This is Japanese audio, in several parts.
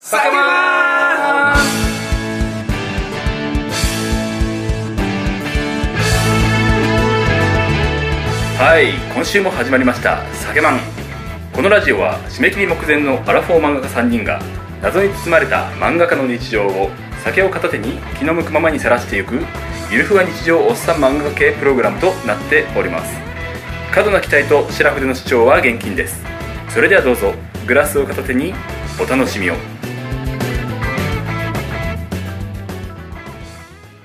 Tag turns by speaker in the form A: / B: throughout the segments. A: 叫ばー
B: はい今週も始まりました「酒マン」このラジオは締め切り目前のアラフォー漫画家3人が謎に包まれた漫画家の日常を酒を片手に気の向くままにさらしていくゆるふわ日常おっさん漫画家系プログラムとなっております過度な期待と白筆の主張は厳禁ですそれではどうぞグラスを片手にお楽しみを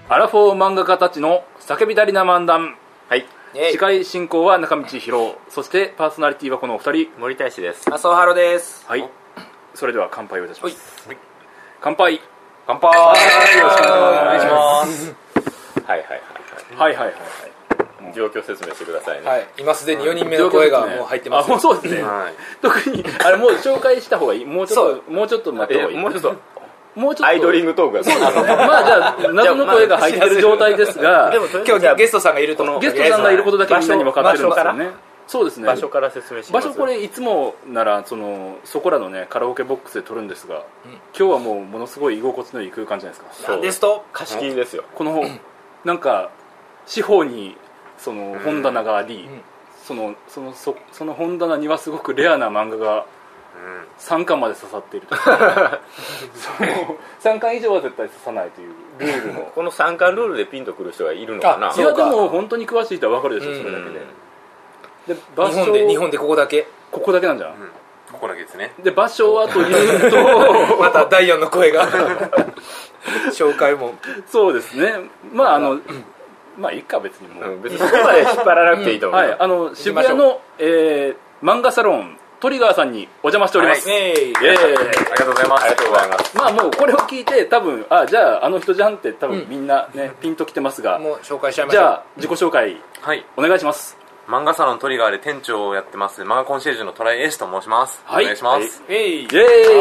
B: アラフォー漫画家たちの叫びたりな漫談はい
A: イェイ
B: 司会進行は中道博そしてパーソナリティはこのお二人
C: 森大志です
A: 麻生ハロです
B: はいそれでは乾杯をいたしま
A: はい
B: す乾杯
C: 乾杯
B: よろしくお願いします
C: はいはいはい
B: はいはいはい
C: はい状況説明してくださいね、
A: はい今すでに4人目の声がもう入ってます
B: あもうそうですね特にあれもう紹介した方がいいもうちょっともうちょっと待った方がい
C: え
B: い
C: もうちょっと
B: もうちょっと
C: アイドリングトークがそう
B: まあじゃあ謎の声が入ってる状態ですが
A: 今日ゲストさんがいると
B: ゲストさんがいることだけみんなに分かってるんです
C: 場
B: よ
C: 所
B: ねそうですね
C: 場所から説明しま
B: 場
C: す
B: 所これいつもならそのそこらのねカラオケボックスで撮るんですが、今日はもうものすごい居心地のいい空間じゃないですか
C: そう
A: ですと
C: 貸し切りですよ
B: このなんか四方にその本棚があり、
A: ん
B: そのそのそその本棚にはすごくレアな漫画が3巻まで刺さっているとその3巻以上は絶対刺さないというルール の
C: この三巻ルールでピンとくる人がいるのか
A: あ
C: な
B: いうや
A: そう
B: で
A: か
B: も本当に詳しい人は分かるでしょ、
A: うん
B: それだけでで場
A: 日本で日
B: 所
A: 本でここだけ
B: ここだけなんじゃん、
D: ここだけですね
B: で場所はという と
A: また第4の声が紹介も
B: そうですねまああの、まあいいか別にもう、
C: うん別にそこまで引っ張らなくていいと思う、
B: はいあの
A: き
B: 渋
A: ましょう
B: 谷の、えー漫画サロントリガーさんにお邪魔しております、
A: えい
B: イエーイ
D: ありがとうございます
C: ありがとうございます
B: まあもうこれを聞いて多分あじゃああの人じゃんって多分みんなね、ピンときてますが
A: もう紹介しちゃいまし
B: じ
A: ょう
B: ゃあ自己紹介
D: はい
B: お願いします
D: 漫画サロントリガーで店長をやってます漫画コンシェルジュのトライエースと申します、
B: はい
D: お願いします、
A: えい
B: イエ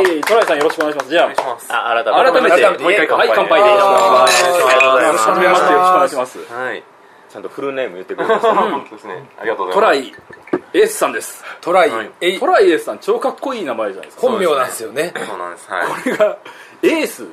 B: ーイトライさんよろしくお願いしますじゃ
D: お願いしますは
C: あ改
B: あ
C: めて
B: 改めて
A: 改めて
B: もう一回乾
C: は
B: 杯
C: い
B: 乾
C: 乾
B: 杯
C: 杯
B: で
C: で
B: いいです
A: あ
D: ー
B: かよろしくお願いしますよろしくお願いします
D: い
C: ちゃんとフルネーム言ってくれました
D: そうですねありがとうござ
B: ト
D: いま
B: ラ
D: す
B: イエースさんです
A: トライ
D: はい
A: えい
B: トライエースさん超かっこいい名前じゃないですか
A: 本名なんですよね
D: そうなんですはい
B: これがエースです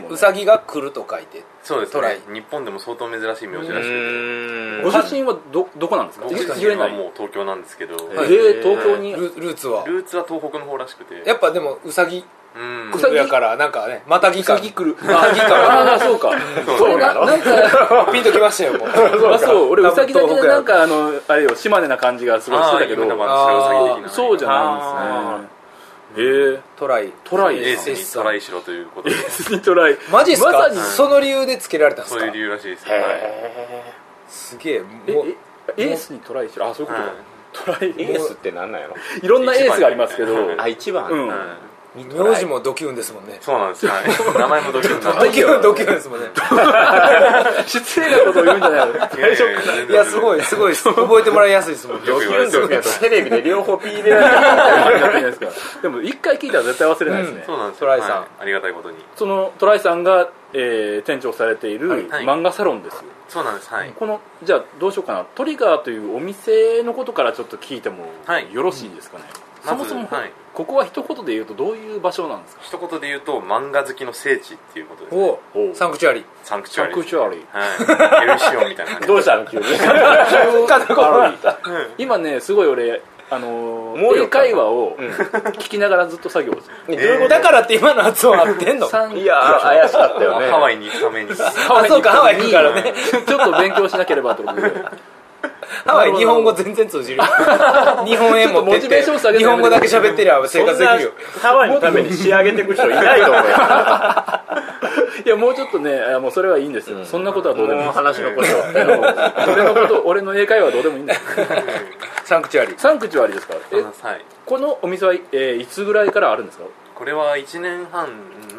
B: もん
A: う
B: ね
A: さぎが来ると書いて
D: そうです
A: トライ
D: ね日本でも相当珍しい名字らしい
B: ご出身はどどこなんですか
D: 僕
B: 言
D: 自
B: え
D: 身
B: な
D: はいもう東京なんですけど、
B: え
A: はい
B: ー東京に
A: ルルーツは
D: ルーツは東北の方らしくて
A: やっぱでもうさぎ
D: うん
A: 来るやからなんかねまたぎ感
B: 次来るあ
A: ぎか
B: あーそうかそうななんか
A: ピンときましたよもう
B: あ そう俺う
A: 多分
B: さぎだけで
A: 東北や
B: なんかあのあれよ島根な感じがすごいしてたけど
D: あー今の話白鷺的な
B: そうじゃないんですねへえ
A: トライ
B: トライ
D: エー
B: エ
D: スにトライしろということで
B: スにトライ
A: マジっすか、
B: まさに
A: その理由でつけられたんです
D: そう
A: か
D: いう理由らしいですはい
A: すげえも
B: え
A: う
B: えエースにトライしろあそういうことかトライ
C: エースってなんなんやろ
B: いろんなエースがありますけど
D: 一番
C: あ一番、
B: うん
D: はい
A: 名字もドキュンですもんね
D: そうなんですはい名前もドキュンなん
A: ド
D: で
A: キュンドキュンですもんね
B: 失礼なことを言うんじゃないよ
D: いやいやや
A: いやすごいすごい覚えてもらいやすいですもんね
D: よく言われてる
C: テレビで両方ピーでやる
B: でも一回聞いたら絶対忘れないですね
D: そうなんです
A: ト
D: よ
A: ライさん
D: はいありがたいことに
B: そのトライさんがえー店長されている
D: はい
B: 漫画サロンです
D: そうなんですはい
B: このじゃあどうしようかなトリガーというお店のことからちょっと聞いても
D: はい
B: よろしいですかね、
D: まず
B: そもそも、
D: はい
B: ここは一言で言うとどういう場所なんですか
D: 一言で言うと漫画好きの聖地っていうことです
A: おおサンクチュアリ
D: サンクチ
B: サ
D: ュア
B: ン
D: リ
B: ク
D: ー
B: チュアリー
D: はいエルシオンみたいな感じ
C: どうしたの急に
B: 今ねすごい俺あの
C: もう
B: ー、
C: よ
B: 英会話を聞きながらずっと作業してる
C: どう
D: いうこ
A: ー
D: と
A: だからって今の発音合ってんの
B: サン
C: いやー怪しかったよね
D: ハワイに行くために
B: ハワイに行く
A: あそうかハワイ行くからね
B: ちょっと勉強しなければと思って
A: ハワイ日本語全然通 じる日本円
B: ちょ
A: も
B: っとモチベーション下げて
A: 日本語だけ喋ってりゃ生活できるよ
C: ハワイのために仕上げていく人いないと思うよ
B: いやもうちょっとねあもうそれはいいんですよ、そんなことはどうでもいい
C: もう話のこと
B: あの俺のこと俺の英会話はどうでもいいんです
A: サンクチュアリ
B: サンクチュアリーですからえ
D: はい
B: このお店は、えーいつぐらいからあるんですか
D: これは1年半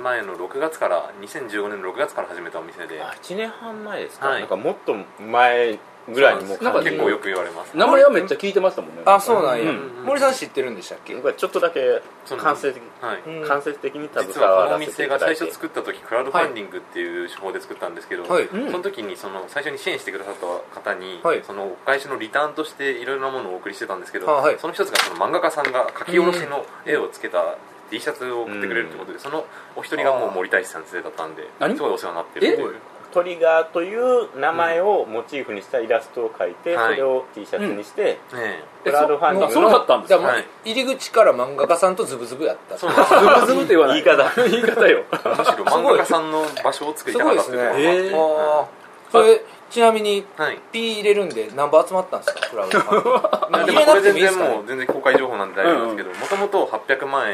D: 前の6月から2015年の6月から始めたお店で
C: 8年半前です
D: はい
C: なんかもっと前ぐらいにもう
B: なんか
D: 結構よく言われます
B: 名前はめっちゃ聞いてましたもんね
A: あそうなんや、
B: うん
A: 森さん知ってるんでしたっけ
C: 僕はちょっとだけ間接的
D: はい
A: うん
C: 間接的に携
D: 実は
C: わ
D: この
C: ら
D: お
C: せて
D: 店
C: いた
D: が
C: だ
D: 最
C: いて
D: 初作った時クラウドファンディングっていう手法で作ったんですけど、
A: はい
D: その時にその最初に支援してくださった方に、
A: はい
D: そのお返しのリターンとしていろいろなものをお送りしてたんですけど、
A: あはい
D: その一つがその漫画家さんが書き下ろしの絵をつけた T シャツを送ってくれるってことで、そのお一人がもう森田石さん先生だったんです
B: 何
D: ごいお世話になってるっていう
C: トリガーという名前をモチーフにしたイラストを描いて、
D: はい
C: それを T シャツにして、
D: え
C: クラウドファンディン
B: あ
C: グ
B: そう
C: の
B: だったんです
D: かはい
A: 入り口から漫画家さんとズブズブやった
D: えそうなんです
B: ズブズブって言わない
C: 言い方
B: 言い方よ
D: むしろ漫画家さんの場所を作り
A: す
D: たか
A: ごいで
D: ったって
A: す
D: いう
A: ね
D: ところもあって、
B: え
A: あーそれちなみに
D: はい
A: P 入れるんで何番集まったんですかクラウドファン
D: まあ、
A: デ
D: で
A: ィング入
D: も
A: れなく
D: これ
A: て
D: 全
A: もいいですかね
D: 然もう全然公開情報なんで大丈夫ですけどもともと800万
A: は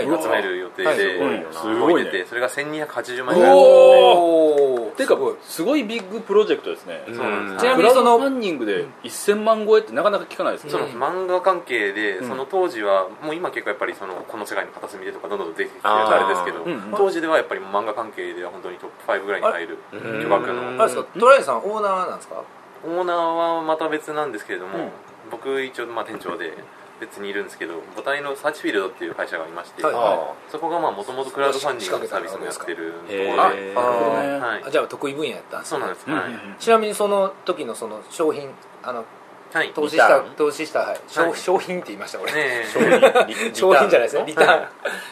A: い
D: 円集める予定
A: はい
D: で
A: うん
B: すご
D: 動
B: い
D: い
B: ね
D: ててそれが1280万円ぐらい
A: おお
B: てか
A: すごい
B: すごいビッグプロジェクトですね
D: そうなんです
A: ちな
B: ク
A: みに
B: ラウ
A: そ
B: ド
A: の
B: ファンディングで1000万超えってなかなか聞かないですね
D: そうなんです漫画関係で、
B: ん
D: その当時はもう今結構やっぱりそのこの世界の片隅でとかどんどん出てきてる
C: あー
D: あれですけど、
B: うんうん
D: 当時ではやっぱり漫画関係では本当にトップ5ぐらいに入る
C: れ
D: 巨額の
A: あれですかトライさんオーナーなんですか
D: オーナーはまた別なんですけれども、
B: うん
D: 僕一応まあ店長で別にいるんですけど母体のサーチフィールドっていう会社がありまして、
A: はい
C: あ
D: そこがもともとクラウドファンディングのサービスもやってるところで、
C: へ
D: あ
C: ー
A: あ
B: え
A: ー
D: はい
A: あ、じゃあ得意分野やったんです
D: そうなんです、はい、
A: ちなみにその時のその商品あの
D: はい
A: 投資した
C: リターン
A: 投資したはい商
D: はい
A: 商品って言いました俺
D: ねえ
C: リ
A: 商品じゃないですねリ
C: リ
A: ターン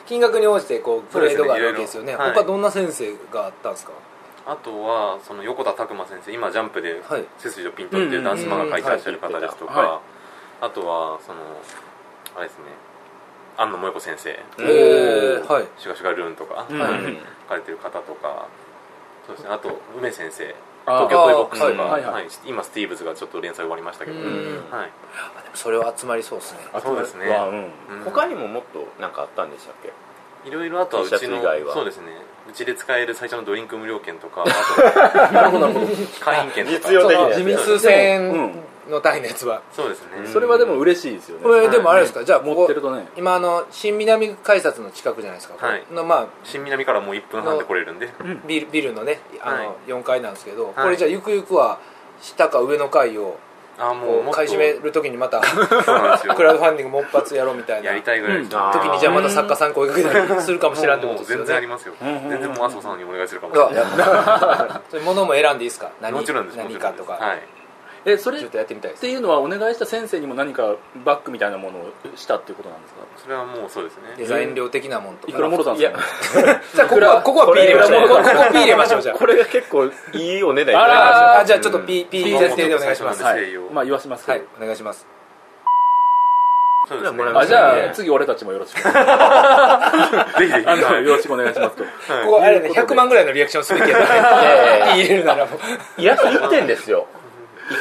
A: 金額に応じてこうグレードがあるわけ
D: そう
A: で
D: ですす
A: よ
D: ね
A: ね
D: いろいろ
A: 他どんな先生があったんですか
D: あとはその横田拓磨先生今ジャンプで
A: はい
D: 背筋をピンとっていうダンス漫画描いてらっしゃる方ですと
B: うんうんうんは
D: かあとはそのあれですね安野萌子先生
C: う
A: へ
C: ん
A: えはい
D: 「シュガシュガルーン」とか
B: うん
D: 書
A: はい
B: うん
D: かれてる方とかそうですねあと梅先生
B: あー
D: 東京トイボックスとか
A: あー
B: はいはい
D: はい今スティーブズがちょっと連載終わりましたけど
A: うん
D: はい
A: あでもそれは集まりそうですね
B: あと
D: そうですね
B: はうん
D: うん
C: 他にももっと何かあったんでしたっけ
D: いろいろあとはう
C: T シ
D: ち
C: ャツ
D: の
C: 以外は
D: そうですねうちで使える最初のドリンク無料券とかあと会員券とか
C: 実用的なやつ
A: 地味数千円の単位のやつは
D: そうですね
B: それはでも嬉しいですよね
A: これでもあれですかじゃあ
B: 持っ
A: こ
B: て
A: こ
B: るとね
A: 今あの新南改札の近くじゃないですか
D: はい
A: このま
D: 新南からもう1分半で来れるんで
A: あビルビルのねあ
D: はい
A: の4階なんですけどこれじゃあゆくゆくは下か上の階を
D: あーもう
A: こう
D: もっと
A: 買い占める時に またク
D: そうなんですよ
A: ラウドファンディングもう一発やろうみたいな
D: やりたいぐらいです
B: うんあー
A: 時にじゃあまた作家さん声かけたりするかもしれんってこ
D: も
A: と
D: う
A: ですよ
D: 全
A: ね
D: 然ありますよ
B: んうん
D: 全然もう麻生さんにお願いするかもし
A: う
D: れ
A: わ
D: ない
A: それ物も選んでいいですか何
D: もちろんですもち
A: 何
D: ろん
A: か
D: です
A: とか、
D: はい
B: えそれ
A: ちょ
B: っ
A: っとやってみたいです
B: ていうのはお願いした先生にも何かバッグみたいなものをしたっていうことなんですか
D: それはもうそうです
A: デ
D: ね
A: ザイン料的なもんとか
B: いくらもろたんですかね
A: じゃあここはここは P 入れましょうここは P 入れましょうじゃあ
C: これが結構いいお値段
B: あら
A: あじゃあちょっと P、P
D: うん
A: 設定でお願いします
D: は
A: はいい、
D: 西洋
B: まあ言わしますけど
A: お願いします
D: そうですね
C: これはもらいま
B: あ
C: す
B: じゃあ次俺たちもよろしくあ
D: ぜひぜひ
B: の
D: はい
B: よろしくお願いしますと
A: ここあれね100万ぐらいのリアクションすべきやったね P 入れるならもう
C: イラスト1点ですよ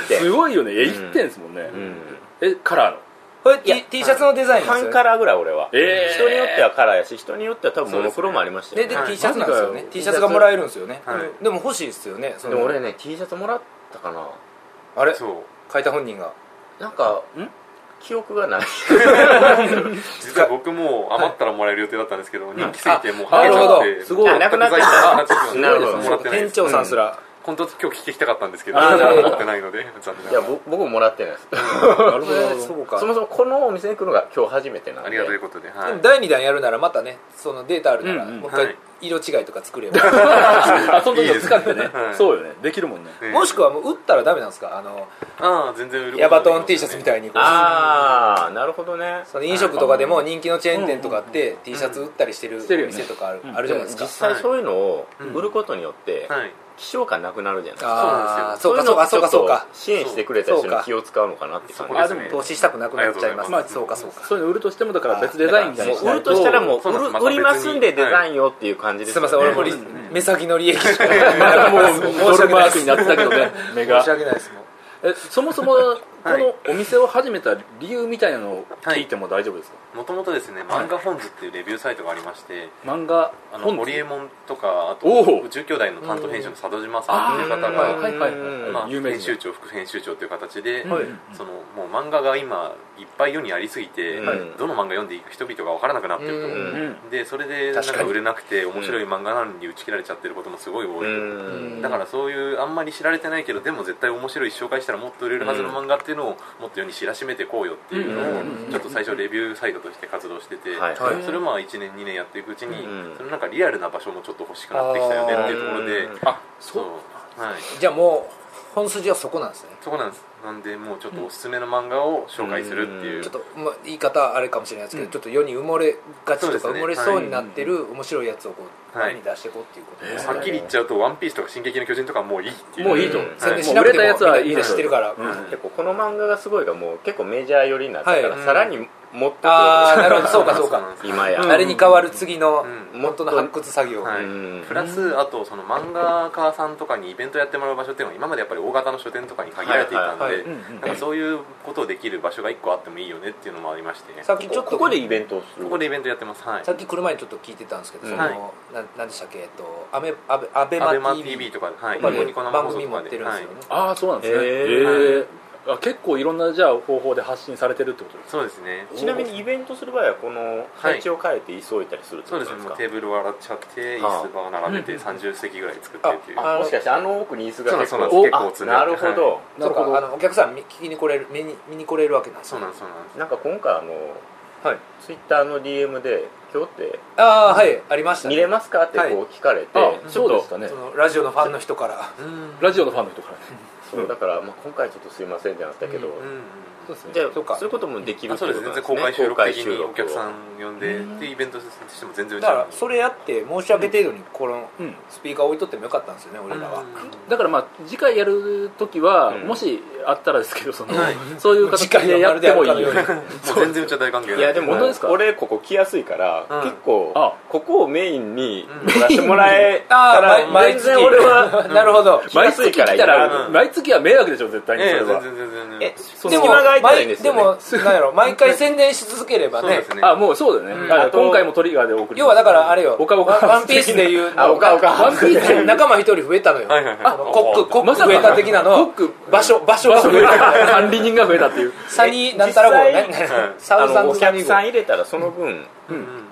B: すごいよねえ1点ですもんね
C: うん
B: えカラーの
A: これ T, T シャツのデザインなんです
C: 半
A: よ
C: カ
A: ね
C: ラーぐらい俺は
B: えー
C: 人によってはカラーやし人によっては多分モノクロもありました
A: で
C: よ
A: で
C: ね
D: はい
A: T シャツなんですよね
B: マジかよ
A: T シャツがもらえるんですよね、
D: はい
A: でも欲しいですよねそ
C: で
A: の
C: も俺ね T シャツもらったかな
A: あれ
D: そう
A: 書いた本人が
C: なんか
B: ん
C: 記憶がない
D: 実は僕も余ったらもらえる予定だったんですけど人気すぎてもう
A: あ
D: はけちゃ
A: なるほど
D: って
B: すごい
D: 全く在庫がなくなっちゃったんで
C: なるほど
D: もらってないで
A: 店
D: す
A: 長さんすら、
D: 本当は今日聞きたかったんですけど
A: あーなるほど
D: 持ってないので残念ないが
C: や
D: ら
C: ぼ僕ももらってないです
B: なるほどなるほ
A: そ
B: ど
A: うか
C: そもそもこのお店に来るのが今日初めてなんで
D: ありがということでは
A: で
D: い
A: も第2弾やるならまたねそのデータあるから、
B: うんうん
A: もう一回、
D: はい
A: 色違いとか作れば
B: あその時は使ってね
D: いいですねはい
B: そうよねできるもんね
D: ね
A: もしくはもう打ったらダメなんですかあの
D: ああ全然売ること
A: ヤバトン T シャツみた
D: い
A: いにこう
C: ああなるほどね
A: その飲食とかでも人気のチェーン店とかって T シャツ売ったりしてる
B: してる
A: お
B: よね
A: 店とかある,、
B: うん
A: あるじゃないですか
C: 実際そういうのを売ることによって
D: はい
C: 希少感なくなるじゃないですか
A: あー
D: そ
A: そうかそうかそうかそうか
C: 支援してくれた人に気を使うのかなって感
D: そ
C: じ
D: こです
B: あで
D: ね
A: 投資したくなくなっちゃいます
D: ありが
B: と
A: そうかそうか
B: そういうの売るとしてもだから別デザインみたいに
C: もう売るとしたらもう
D: そう
C: 売
D: なんですまた
C: る売りますんで
D: 別に
C: デザインをっていう感じです
A: い
C: よね
A: ません俺もり
D: うんうん
A: 目先の利益しか申
B: なんかもう
A: 申
B: ド
A: し
B: ル
A: 訳
B: マ
A: ない
B: ークになってたけどね目が
A: し訳ないですもん
B: えそもそもこのお店を始めた理由みたいなのを聞いても大丈夫ですか、
D: もともとですね漫画フォンズっていうレビューサイトがありまして
B: 漫画
D: あの
B: 本
D: ホリエモンとかあと
B: おお
D: 宇宙兄弟の担当編集の佐渡島さんっていう方
A: あー
D: が
B: はいはいはい、
C: うん
D: まあ、
B: 有名
D: 編
B: 人
D: 集長副編集長という形で、
A: はい
D: そのもう漫画が今いっぱい世にありすぎて、
C: うん
D: どの漫画読んでいく人々が分からなくなってると、
C: うん
B: うん
D: でそれでなん
A: 確か
D: か
A: に
D: 売れなくて面白い漫画なのに打ち切られちゃってることもすごい多
C: う
D: い、
C: ん
D: だからそういうあんまり知られてないけどでも絶対面白いし紹介したらもっと売れるはずの漫画っていうのをもっと世に知らしめてこうよっていうのを
A: うん
D: ちょっと最初レビューサイトとして活動してて、
C: はい
A: はい
D: それをまあ1年2年やっていくうちに、
C: うん
D: そのなんかリアルな場所もちょっと欲しくなってきたよねっていうところで
C: うん
B: あ
D: そう、はい、
A: じゃあもう本筋はそこなんですね
D: そこなんですなんでもうちょっとおすすめの漫画を紹介するっていううん
A: ちょっと、まあ、言い方はあれかもしれないですけど、
D: うん
A: ちょっと世に埋もれがち
D: そう
A: と
D: で
A: か
D: すね
A: 埋もれそうになってる面白いやつをこう、
D: はい
A: 世に出していこうっていうことです
D: はっきり言っちゃうと「ワンピースとか「進撃の巨人」とかはもういいっていう
B: もういいと、
D: はい
A: 宣
D: も
A: 伝
D: う
A: しなくても
B: もう売れたやつはいい
A: みんな知ってるから、
B: うん
A: あ
E: 結構この漫画がすごいがもう結構メジャー寄りになったから、
A: はい
E: さらにもっと
A: あーなるほどそうかそう
D: そうな
A: か
D: んで、す
E: 今や、
A: あれに変わる次の
D: うん
A: 元の発掘作業、
D: はい
E: うん
D: プラスあとその漫画家さんとかにイベントやってもらう場所っていうのは今までやっぱり大型の書店とかに限られていたん
A: はいはいはい
D: で
A: うんうん
D: なんかそういうことをできる場所が1個あってもいいよねっていうのもありまして
A: さ
D: こ
A: っきちょっと
E: ここでイベントをする
D: こでイベントやってますはい
A: さっき来る前にちょっと聞いてたんですけど、
E: うん
A: その、
D: はい
A: ななんでしたっけ、えっと、アベアベアベ
D: アベ
A: マ
D: マ
A: TV,
D: TV とかはい
A: とか
D: ニコニコ
A: で
D: 生
A: 番
D: 放送
A: 組
D: と
A: 持
D: か
A: って
D: で
A: るんです
D: はい
A: よね、
B: ああそうなんですね
E: へ
B: へえあ結構いろんなじゃあ方法で発信されてるってことですか
D: そうですね
E: ちなみにイベントする場合はこの配置を変えて急いだりするって
D: そ
E: こと
D: うですね
E: です
D: も
E: か
D: うテーブルを洗っちゃって
E: はあ
D: 椅子ば並べて30席ぐらい作ってっていう
A: あ
E: あもしかしてあの奥に椅子が
D: そうなんです結構
E: あ
D: 積んであ
E: な
D: って
E: るほど、
A: そう
B: なるほど
A: かあのお客さん見聞きに来れる見に見に来れるわけなんです
D: そう
A: ね
D: なんですそうなんです
E: なんか今回あの
A: はい
E: ツイッターの DM で今日って
A: ああはいありましたね
E: 見れますかって
A: はい
E: こう聞かれて、
B: あ
E: ちょ
B: そ
E: っ
B: うで
E: と
B: すかね
A: そのラジオのファンの人から
D: うん
B: ラジオのファンの人からね
E: そうだから、まあ、今回ちょっとすいませんってなったけど、
A: う
D: うん
B: そうですね
E: じゃあ
A: そ
E: そう
A: か
E: ういうこともできる
D: あそうです
E: って
D: 全然
E: こと
D: 公
E: なんで
D: 開
E: すね
D: 収録的にお客さ
E: 公開収録を
D: ん呼んでっていうイベントしても全然うち
A: だから
D: は
A: それやって申し訳程度にこの
B: うん
A: スピーカー置いとってもよかったんですよね俺らは、
B: だからまあ次回やるときは、
E: うん
B: もしあったらですけどその、
D: はい
B: そういう形
A: 次回
B: で
A: は
B: や
A: ま
B: っ
A: る
B: て
A: で
B: もいい
A: あるかのよう
D: もう全然うちは大歓迎
E: いやでも
B: 本当ですか
E: 俺ここ来やすいから、
D: うん
E: 結構
B: あ
E: ここをメインに
D: うん
E: 来してもらえ
A: あ
E: たら、
A: あ毎
E: 全
A: 月
E: 然俺は
A: なるほど
B: 毎月来たら、
D: うん
B: 毎月は迷惑でしょ絶対にそ
D: ええ
B: れ
D: 全
B: は、
D: 然全然全然
E: え
B: その
E: 隙間が空いたらいいんですよ、
A: 毎
E: ね、
A: でもなん やろ毎回宣伝し続ければ
D: そう
A: ね
D: ですね
B: あもうそうだよね、
D: うん
B: あ
E: あと
B: 今回もトリガーでお送り
A: 要はだからあれよ
B: おかおか
A: ワンワンピースでいう
E: あおかおか
A: ワンピースで仲間一人増えたのよ
D: はいはいはい
A: あのコックコッ
B: ま
A: ク
B: さか
A: 増えた的なの場所場所が増えた
B: 管理人が増えたっていう
A: サニーなんたら号ね
E: 実
D: はい
A: サウ
E: あ
A: ザン
E: のお
A: ズサニ
E: 客
A: ー
E: さん
A: 号
E: 入れたらその分、
D: うん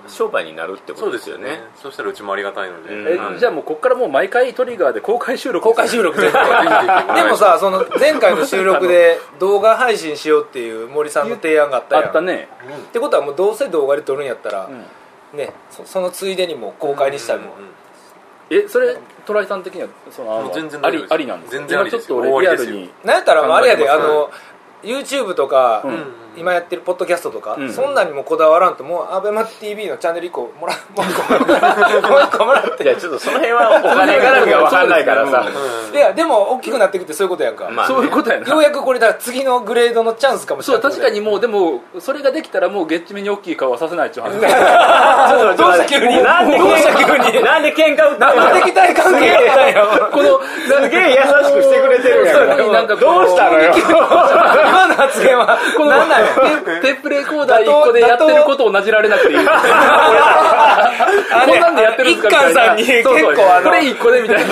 E: 商売になるってこ
D: そ
E: と
D: うで
E: ですす
D: よ
E: よ
D: ね
E: ね
D: そうしたらうちもありがたいので、
E: うん
B: えじゃあもうこっからもう毎回トリガーで公開収録
A: 公開収録で
D: あ
A: でもさその前回の収録で動画配信しようっていう森さんの提案があった
B: あ
A: やん
B: ったね、
A: ってことはもうどうせ動画で撮るんやったら、
B: うん
A: ねそそのついでにもう公開にしたりも、
B: えそれトライさん的にはそのあの
D: もう全然
B: あ
D: 大丈夫
B: り
D: です
B: ありなんですか
D: 全然ありで
B: 今
D: す
B: ちょっと俺リアル
D: 終わり
B: に
D: で
A: なんやったらもうあれやであ
D: 考えてます
A: の YouTube とか、
B: うん
A: 今やってるポッドキャストとか、
B: うん
A: そんなにもこだわらんともう ABEMATV のチャンネル1個もらもう 一個もう一個もらって
E: いやちょっとその辺はお金絡みが分かんないからさ、
A: いやでも大きくなってくってそういうことやんか、
E: まあね
B: そういうことやな
A: ようやくこれだから次のグレードのチャンスかもし
B: そ
A: れ
B: う
A: ない
B: 確かにもうでもそれができたらもうゲッチ目に大きい顔はさせないっていう話
A: どうした急に
E: なんで
A: どうした
E: 喧嘩なんで喧嘩売った
A: なんで敵対関係やったんよ
B: この
E: すげえ優しくしてくれてる
B: そう
E: や
B: そうなん
E: ん
B: かこう
E: どうしたのよ
A: 今の発言は
B: この
A: 何なんよ
B: テテープレコーダー1個でやってることをなじられなくていいこんなんでやってるんですかみたいな
A: あの一貫さんに
B: そうそう
A: 結構あの
B: これ1個でみたいな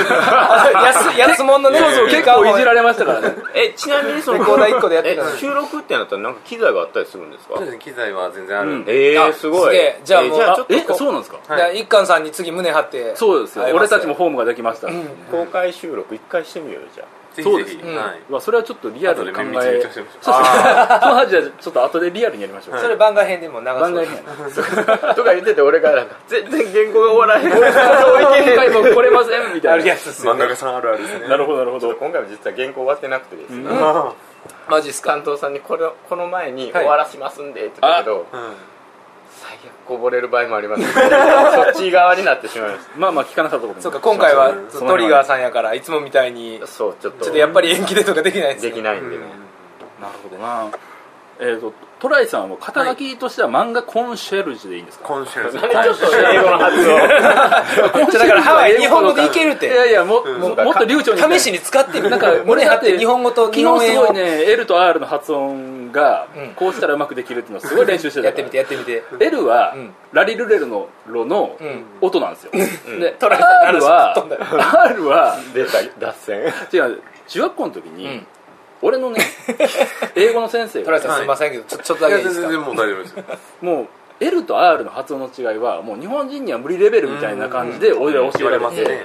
A: 安安物のね
B: そうそう結構いじられましたからね
E: えちなみにその
A: レコーダー一個でやって
E: え
A: たの
E: 収録ってなったらなんか機材があったりするんですか
D: そうですね機材は全然あるんで、
E: え
A: あ
E: ー、すご
A: す
E: い
A: げえじゃあもう
E: えじゃあちょっと
B: え
E: こう
B: そうなんですか
A: だから一貫さんに次胸張って
B: そうですよ
A: 会えま
B: 俺たちもホームができました
E: 公開収録一回してみようよじゃ
D: ぜ
B: そうで
D: ひ
B: す
D: ぜひ、
A: ね
D: はい、
B: うわそれはちょっとリアルに考
D: 後で
B: え
D: め
B: そ
D: ちゃ
B: う
D: めち
B: そ
D: ゃ
B: う
D: 面白い
B: その話はちょっと後でリアルにやりましょう
A: それ番外編でも流す
B: 番外 編
E: あとか言ってて俺がなんか全然言語が終わらへん
B: 今回も来れませんみた
A: あ
B: い
A: る
B: な
A: やつっすよ
D: 真ん中さんあるあるですね
B: なるほどなるほど
E: 今回も実は原稿終わってなくてですね、
A: マジっすか
E: 担当さんにこれこの前に
A: はい
E: 終わらしますんでって言ったけど、
D: うん
E: 最悪こぼれる場合もあります、ね、そっち側になってしまいまし
B: まあまあ聞かなかったことも
A: そうか今回は
B: そうそう
A: トリガーさんやからいつもみたいに
E: たそうちょっと
A: ちょっとやっぱり延期でとかできないですね
E: できないんでね、
B: なるほどなえーとトライさんは肩書きとしては漫画コンシェルジュでいいんですか
D: コンシェルジュ
E: ちょっと英語の発音
A: じゃ あだからハワイ日本語でいけるっ
B: いや
A: て
B: いやも,、うも
D: そう
B: もっと流暢に
A: 試しに使って み
B: なんか
A: 胸張っ
B: 俺だって
A: て日本語と
B: 昨
A: 日本
B: 日す
A: 円
B: ごい
A: を
B: ね L と R の発音が
A: うん
B: こうしたらうまくできるっていうのをすごい練習してた
A: やってみてやってみて
B: L は、
A: うん
B: ラリルレルのロの
A: うん
B: 音なんですよ、で
A: トライさんの
B: R は
A: 話吹っ飛ん
B: R は
E: 出た脱線
B: 違う中学校の時に、
A: うん
B: 俺 のね英語の先生
A: トライ
B: が
A: さんすいませんけどちょちょっと
D: い
A: だけ
D: や
A: いいです
D: 全
A: か
D: 然もう大丈夫ですよ
B: もう L と R の発音の違いはもう日本人には無理レベルみたいな感じで俺ら教えられ
D: うん
B: て
D: 言われますね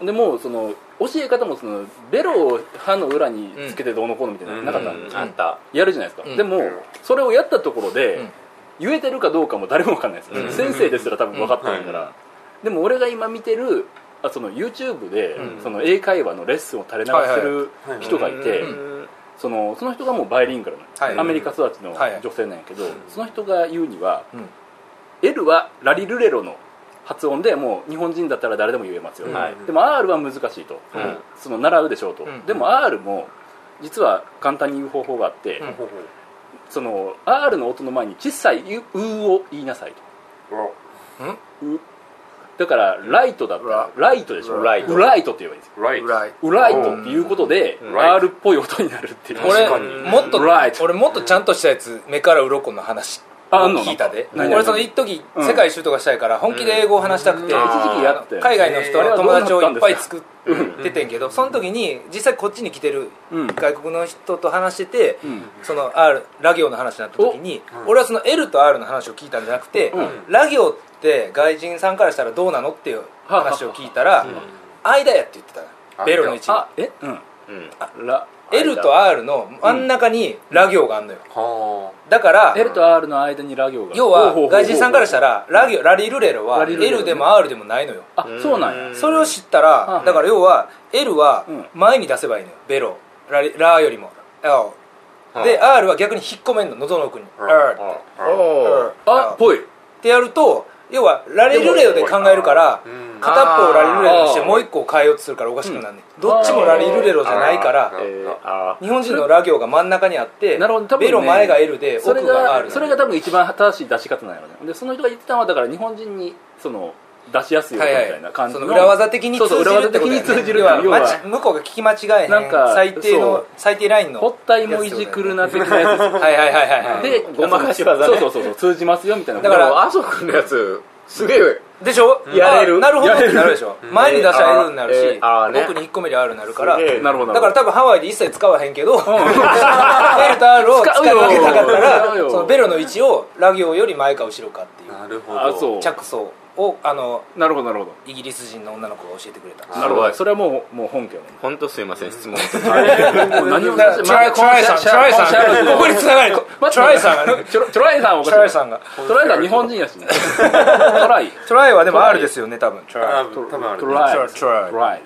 B: でもうその教え方もそのベロを歯の裏につけてどうのこうのみたいな、
D: うん
B: なかったん
E: う
B: で
E: んあった
B: やるじゃないですか、
A: うん
B: でもそれをやったところで、
A: うん
B: 言えてるかどうかも誰も分かんないです、
D: ん
B: 先生ですら多分分かってないから、でも俺が今見てるあその YouTube で、
A: うん
B: その英会話のレッスンを垂れ流
A: はい
B: し
A: はい
B: てる人がいて、
A: うん
B: そのその人がもうバイリンガルなの、
A: はい
B: アメリカ育ちの
A: はい
B: 女性なんやけど、その人が言うには、
A: うん
B: L はラリルレロの発音でもう日本人だったら誰でも言えますよ、
A: うん
C: はい
B: でも R は難しいと、
C: うん
B: その習うでしょうと、
A: うん
B: でも R も実は簡単に言う方法があって、
A: うん
D: ほうほう
B: その R の音の前に小さい「う」を言いなさいとだからライトだったらライトでしょ
A: ラ
C: イト
B: ウライトって言えばいいんですよ
D: ライ
A: ぐらい
B: ウライトっていうことで
D: うん
B: R っぽい音になるっていう
D: 確
A: 俺
D: かに
A: もっと
B: Right
A: 俺もっとちゃんとしたやつ目から鱗の話
B: あんの
A: 聞いたで
B: なんか
A: 俺その一時
B: うん
A: 世界一周とかしたいから本気で英語を話したくて
D: うん
B: 一時期やってたよね
A: 海外の人
B: えー
A: の友達をいっぱい作
B: どうなったんです
A: っててんけどその時に実際こっちに来てる
B: うん
A: 外国の人と話してて
B: うん
A: その R ラ行の話になった時に
D: おうん
A: 俺はその L と R の話を聞いたんじゃなくて
B: うん
A: ラ行って外人さんからしたらどうなのっていう話を聞いたら間やって言ってたの
D: 間
A: ベロの位置
B: あえうん
C: うん
B: ラ
A: L と R の真ん中にラ行があんのよ
D: は
A: だから
B: L と R の間にラ行が
A: 要は外人さんからしたらラギラリルレロは
B: ラリルレロ
A: L でも R でもないのよ
B: あそうなんや
C: うん
A: それを知った
B: う
A: ら
B: ん
A: だから要は L は
B: うん
A: 前に出せばいいのよベロラリラよりも L
D: あ
A: で R は逆に引っ込めんの喉の奥に R って
C: お
A: R
B: あっ
A: R っ
B: ぽい
A: てやると要はラリルレロで考えるから
D: うん
A: 片っぽをラリルレロにして
B: あー
A: もう一個を変えようとするからおかしくなるねんどっちもラリルレロじゃないから
D: あー
C: えーあ
A: 日本人のラ行が真ん中にあって
B: なるほど多分ね
A: ベロ前が L で
B: そ
A: 奥
B: れ
A: が R なの
B: が
A: よ
B: それが多分一番正しい出し方なんやろねでその人が言ってたのはだから日本人にその出しやすい音みたいな感じ
A: そ
B: の
A: の裏技的に通じ
B: そう
A: る
B: そう裏技
A: って
B: 的
A: こと
B: に
A: だよね
B: 通じる
A: 要は
B: 要は
A: まち向こうが聞き間違えへん
B: なんか
A: 最低
B: そ
A: の
B: う
A: 最低ラインの
B: ほったいもいじくるな的なやつですよ
A: はいはいはいはいはい
B: で
C: ごまかし技ね
B: そうそうそうそう通じますよみたいな
A: だ
B: だ
A: か
B: からら
A: ら
E: あそこのやつすげえ
A: でしょ
E: やれる
A: あなるほどってなるでしょ 前に出したら L になるし、
E: えーあーね
A: 奥に引っ込めりゃ R になるから
C: すげえ
B: なるほど
A: だから多分ハワイで一切使わへんけ ど、L と R を使い分けたかった
B: 使う
A: ら
B: よ
A: そのベロの位置をラ行より前か後ろかっていう
D: なるほど
B: あそう
A: 着想をあの
B: なるほどなるほど
A: イギリス人の女の子が教えてくれた
D: あ
B: なるほどそれはもうもう本家よね
E: 本当すいません質問
B: もう何を
A: だからトライトライさんトライさ
B: シャーロッ
A: ん
B: ク
A: ここに繋がるトライさんがね
B: ちょろトライさんはおかし
A: ト
B: い
A: ライさんが
B: トライさん日本人やしねトライ
A: トライはでも R ですよね多分トラ
D: あ
A: イ
D: 多分ある
B: トライ
A: トライ
B: トライ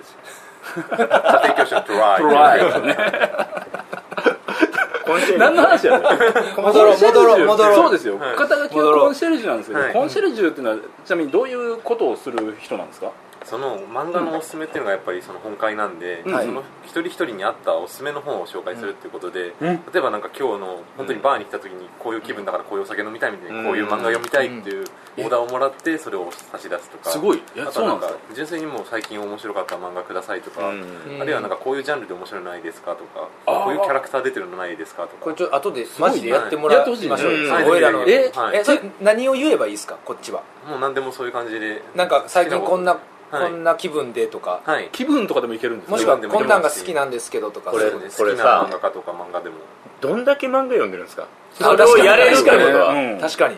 D: 家庭教師のトライ
B: トライですね何の話やろ
A: 戻ろう戻ろう戻ろう
B: そうですよ、
D: はい
B: 肩書きはコンシェルジュなんですけど、
D: 戻ろう
B: コンシェルジュっていうのはちなみにどういうことをする人なんですか
D: その漫画のおすすめっていうのがやっぱりその本会なんで、
B: はい
D: その一人一人に合ったおすすめの本を紹介するっていうことで、例えばなんか今日の本当にバーに来た時にこういう気分だからこういうお酒飲みたいみたいな、
E: うん
D: こういう漫画読みたいっていうオーダーをもらってそれを差し出すとか
B: すごいいや
D: あ
B: そ
D: と
B: う
D: な
B: なん
D: ん
B: です
D: か
B: よ
D: 純粋にもう最近面白かった漫画くださいとか、
A: うん
D: あるいはなんかこういうジャンルで面白いのないですかとか
B: あー
D: こういうキャラクター出てるのないですかと
A: これ
D: か
A: ちょっと後でマジでやってもらいましょう
B: やってほしい
A: うん
D: ね
A: そう俺らの
B: え
D: はい
A: えそれ何を言えばいいですかこっちは
D: もう何でもそういう感じで
A: なんか最近こんな
D: は
A: こ
D: い
A: んな気分でとか
D: はい
B: 気分とかでもいけるんです
A: もしくはこんなんが好きなんですけどとか
E: これ
D: そうね
E: これ
D: 好きな
E: さ
D: 漫画家とか漫画でも
E: どんだけ漫画読んでるんですか
A: あ
E: それをやれるって
A: 確
E: こ
A: か
E: と
A: に
E: は
B: うん
A: 確かに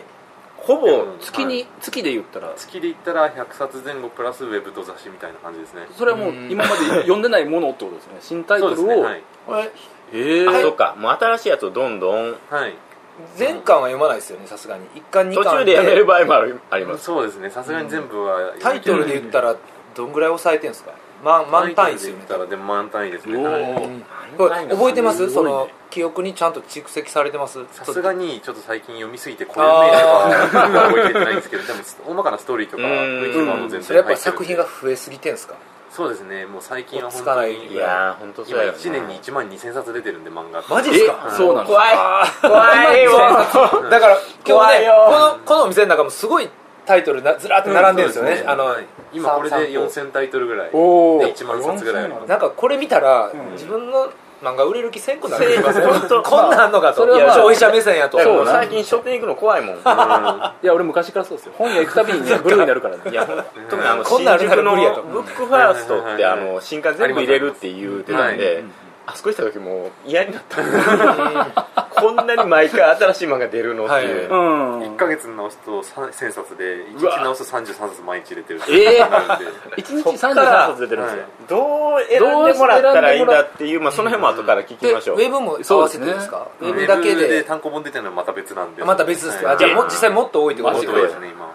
E: ほぼ
B: 月に、月で言ったら
D: 月で言ったら100冊前後プラスウェブと雑誌みたいな感じですね
B: それはもう今まで読んでないものってことですね新タイトル
D: そうです
B: を、
D: ねはい、
B: ええ
E: あそうかもう新しいやつをどんどん
D: はい、
A: 前巻は読まないですよねさすがに一巻二
E: 途
A: 巻
E: 中でやめる場合もあるあります
D: そうですねさすがに全部は、
A: タイトルで言ったらどんぐらい抑えてんですか満満単位ですよね
D: タイトルで言ったらでも満単位ですね
B: お
D: はい
B: ー
A: うんこれ覚えてます
B: す
A: そ
B: ごいね
A: の記憶にちゃんと蓄積されてます
D: さすがにちょっと最近読みすぎてこういう名とか覚えきれてないんですけどでも大まかなストーリーとか
E: うん
D: 雰囲気はもう全
A: そ
D: 然
A: れやっぱ作品が
D: が
A: 増えすぎてんすか
D: そうですねもう最近は
A: 落ち
D: 本
A: 着かな
D: 当
A: い
D: に
E: いやー本当そう
D: 今
E: やよ
D: 1年に1万2000冊出てるんで漫画
A: マジっ
B: え
A: すか
B: そうなんです
E: 怖い怖いよ
A: だから今日
E: 怖
A: ね
E: い
A: こ
E: よ
A: のこのお店の中もすごいタイトルなずらーって並んでるんですよね,、あの
D: はい今これで4000タイトルぐらいで
B: おー
D: 1万冊ぐらいあります
A: なんかこれ見たら、自分の漫画売れる気せんくなる
E: せんほんと
A: こん なんあんのかと、
B: それはまあ
A: 消費者目線やと
E: だからもう
A: な
E: 最近書店行くの 怖いもん
B: いや俺昔からそうですよ本屋行くたびにねブルーになるからね
E: いや本当にあの
A: こんなんある
E: 新
A: なら
E: 宿
A: 無
E: の
A: 理やと
E: ブックファーストってあ
D: うんはいはいはい
E: の新刊全部入れるって言うてたん
D: は
E: であそこ行った時もう嫌になった こんなに毎回新しい漫画出るのっていう
A: は
B: うん
D: 1ヶ月直すと1000冊で1日
B: うわ
D: 直すと33冊毎日入れてる
B: ええ
D: なるんで
B: 一日33冊出てるんですよ、
D: はい
E: どう選んでもらったらいいんだっていうまあその辺も後から聞
A: で
E: き
A: ウ
E: ましょう
A: ェブも合わせてですか
D: ウ
A: ウェ
D: ェ
A: ブ
D: ブ
A: だけ
D: で
A: で
D: 単行本出てるのはまた別なんで
A: また別ですか、
D: はい
A: あじゃあも実際もっと多いってこ
D: も
A: と
D: っ
A: です
D: と
A: よ
D: 多い
A: ね
D: ですね今は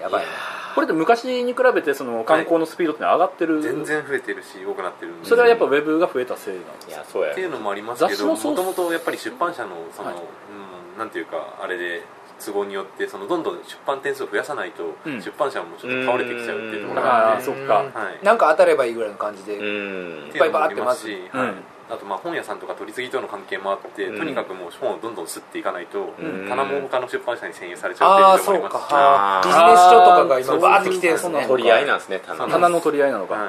A: やばいな
B: これって昔に比べてその観光のスピードって上がってる、
D: 全然増えてるし多くなってるんで
B: それはやっぱウェブが増えたせいなんです
E: いやそうや
D: っていうのもありますけ
B: 雑誌
D: ど
B: も
D: も
B: そうっす
D: ともとやっぱり出版社のその、
B: はい
D: うん、なんていうかあれで都合によってそのどんどん出版点数を増やさないと、
B: うん
D: 出版社もちょっと倒れてきちゃうっていうところがあ
B: あ
D: る
B: あ
D: ん
B: そ
D: で
B: っか
D: はい
A: なんか当たればいいぐらいの感じで、
E: うん
D: っていうのもありますし
A: いっ
B: ぱいバーってまず
D: はい
B: うん
D: あとまあ本屋さんとか取り次ぎとの関係もあって、
E: うん
D: とにかくもう本をどんどん吸っていかないと、
E: うん
D: 棚も他の出版社に占有されち
A: あ
D: ゃう
A: あ
D: って
A: そ
D: いう
A: う
D: のもあり
A: か
D: ますし
A: はあビジネス書とかが今バーってきてるんですね
E: 取り合いなんですね棚
D: そう
B: 棚の取り合いなのか、
D: は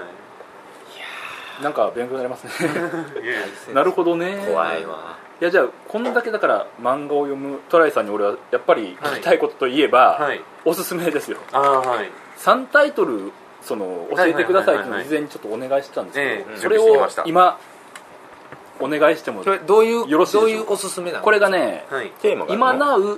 B: なんか勉強になりますね
D: いいえ
B: なるほどね
E: 怖いわ
B: いやじゃあこんだけだから漫画を読むトライさんに俺はやっぱり聞きたいことといえば、
D: はい
B: おすすめですよ
D: ああはい
B: 3タイトルその教えてくださいっていうのを
D: はいはいはいはい
B: 事前にちょっとお願いしてたんですけ
D: え
B: ど、
D: え
B: それ
D: 準備してき
B: を
D: ました
B: 今お願いしても
A: それどういう
B: よろしいでしょ
A: ど
B: う
A: ういうおすすめなの
B: これがね
D: はい
E: テーマが
B: 今
E: な
B: なう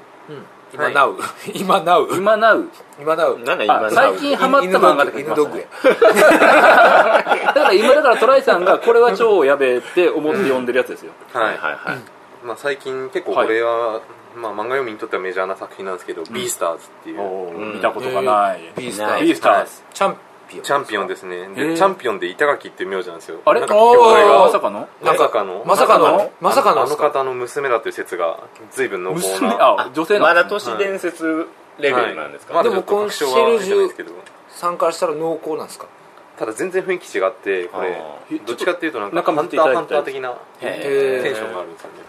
A: 今なう 今なう
B: 今なう
A: 今なう
E: なんだ
B: あ
E: 今
B: 最近ハマった漫画って書き
A: 犬
B: ま
A: ド
B: し
A: ッ
B: た
A: グ
B: ね
A: や
B: だから今だからトライさんがこれは超やべえって思って読んでるやつですよ、
E: は
D: はいい
E: はいはい
D: まあ、最近結構これは、まあ、漫画読みにとってはメジャーな作品なんですけど「ビースターズ」っていう
B: おー
E: うん
B: 見たことがない、
A: えービースターズ
B: ビースターズ
A: チャンピオン
D: チャンピオンですね
B: へー
D: でチャンピオンで板垣っていう名字なんですよ
B: あれ
D: なんか
A: おー
D: 教会
B: ま
D: が
B: さかの
D: まさかの
A: まさかのまさかの
D: あの方の娘だという説が随分濃厚
B: 娘
D: な
B: あ女性な
E: ま
B: んで
E: だ
B: すね
E: 都市伝説レベルなんですか、
D: はい
A: で
D: まだ
A: も
D: ちょっと確証は
A: コンシェルジュ
D: 出てないですけど
A: さんからしたら濃厚なんですか
D: ただ全然雰囲気違ってこれ
E: あ
B: ー
D: どっちかっていうとなんか
B: 中
D: ハ
B: 見
D: ン
B: て
D: タ
B: いただ
D: ー
B: きたい
D: ハンター的な
E: へ
A: ー
D: テンションがあるんですよね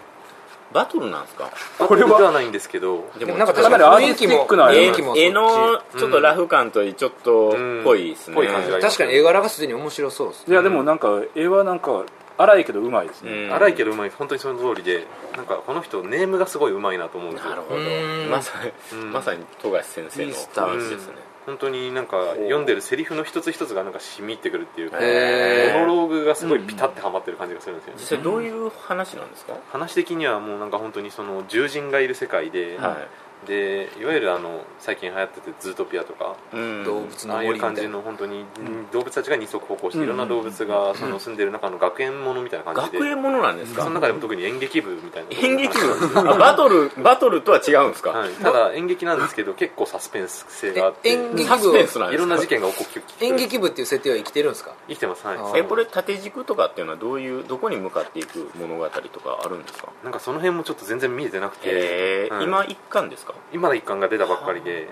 E: バトルなんですか
D: これはではないんですけど
E: で
A: でもなんか
E: ちょっ
A: 確
E: と
A: かに
B: かなり
A: 雰囲気も
B: アーティスティックな
A: 雰
E: 絵
A: 囲気もそっち
E: 絵のちょっとラフ感といいちょっと
D: うん
E: っぽいですね、
D: ぽい感じが
A: 確かに絵柄がすでに面白そうです
B: いやでもなんか絵はなんか荒いけどうまいですね、
E: うん
D: 荒いけどうまい本当にその通りでなんかこの人ネームがすごいうまいなと思うんです
E: なる
D: よ
E: ほ
A: うー
E: ど
A: ん
E: まさに
D: うん
E: まさに富樫先生の
A: ミスター
E: 話ですね
D: 本当になんか読んでるセリフの一つ一つがなんか染み入ってくるっていうか
A: へー
D: モノローグがすごいピタッてはまってる感じがするんですよね
E: 実際どういう話なんですか、
D: 話的にはもうなんか本当にその獣人がいる世界で、、
E: はい
D: でいわゆるあの最近流行っててズートピアとか、
E: い、うん
A: 動物
D: あ
A: の
D: あいう
A: 森みたい
D: 感
A: な
D: じの本当に動物たちが二足歩行して、
B: うん
D: いろんな動物がその住んでる中の学園ものみたいな感じで
E: 学園ものなんです
D: そ
E: か、
D: の中でも特に演劇部みたいなところ
E: 演劇部あバトルバトルとは違うんですか、
D: はい、ただ演劇なんですけど結構サスペンス性があっ
A: え
D: て
A: 演劇
E: サスペンス
A: 部
E: なんですか
D: いろんな事件が起こって
A: 演劇部っていう設定は生きてるんですか
D: 生きてますはい
A: あ
D: そ
A: ー
D: の
E: えこれ縦軸とかっていうのはどういうどこに向かっていく物語とかあるんですか
D: なんかその辺もちょっと全然見えてなくて
E: えー
D: うん
E: 今一巻ですか
D: 今の一巻が出たばっかりで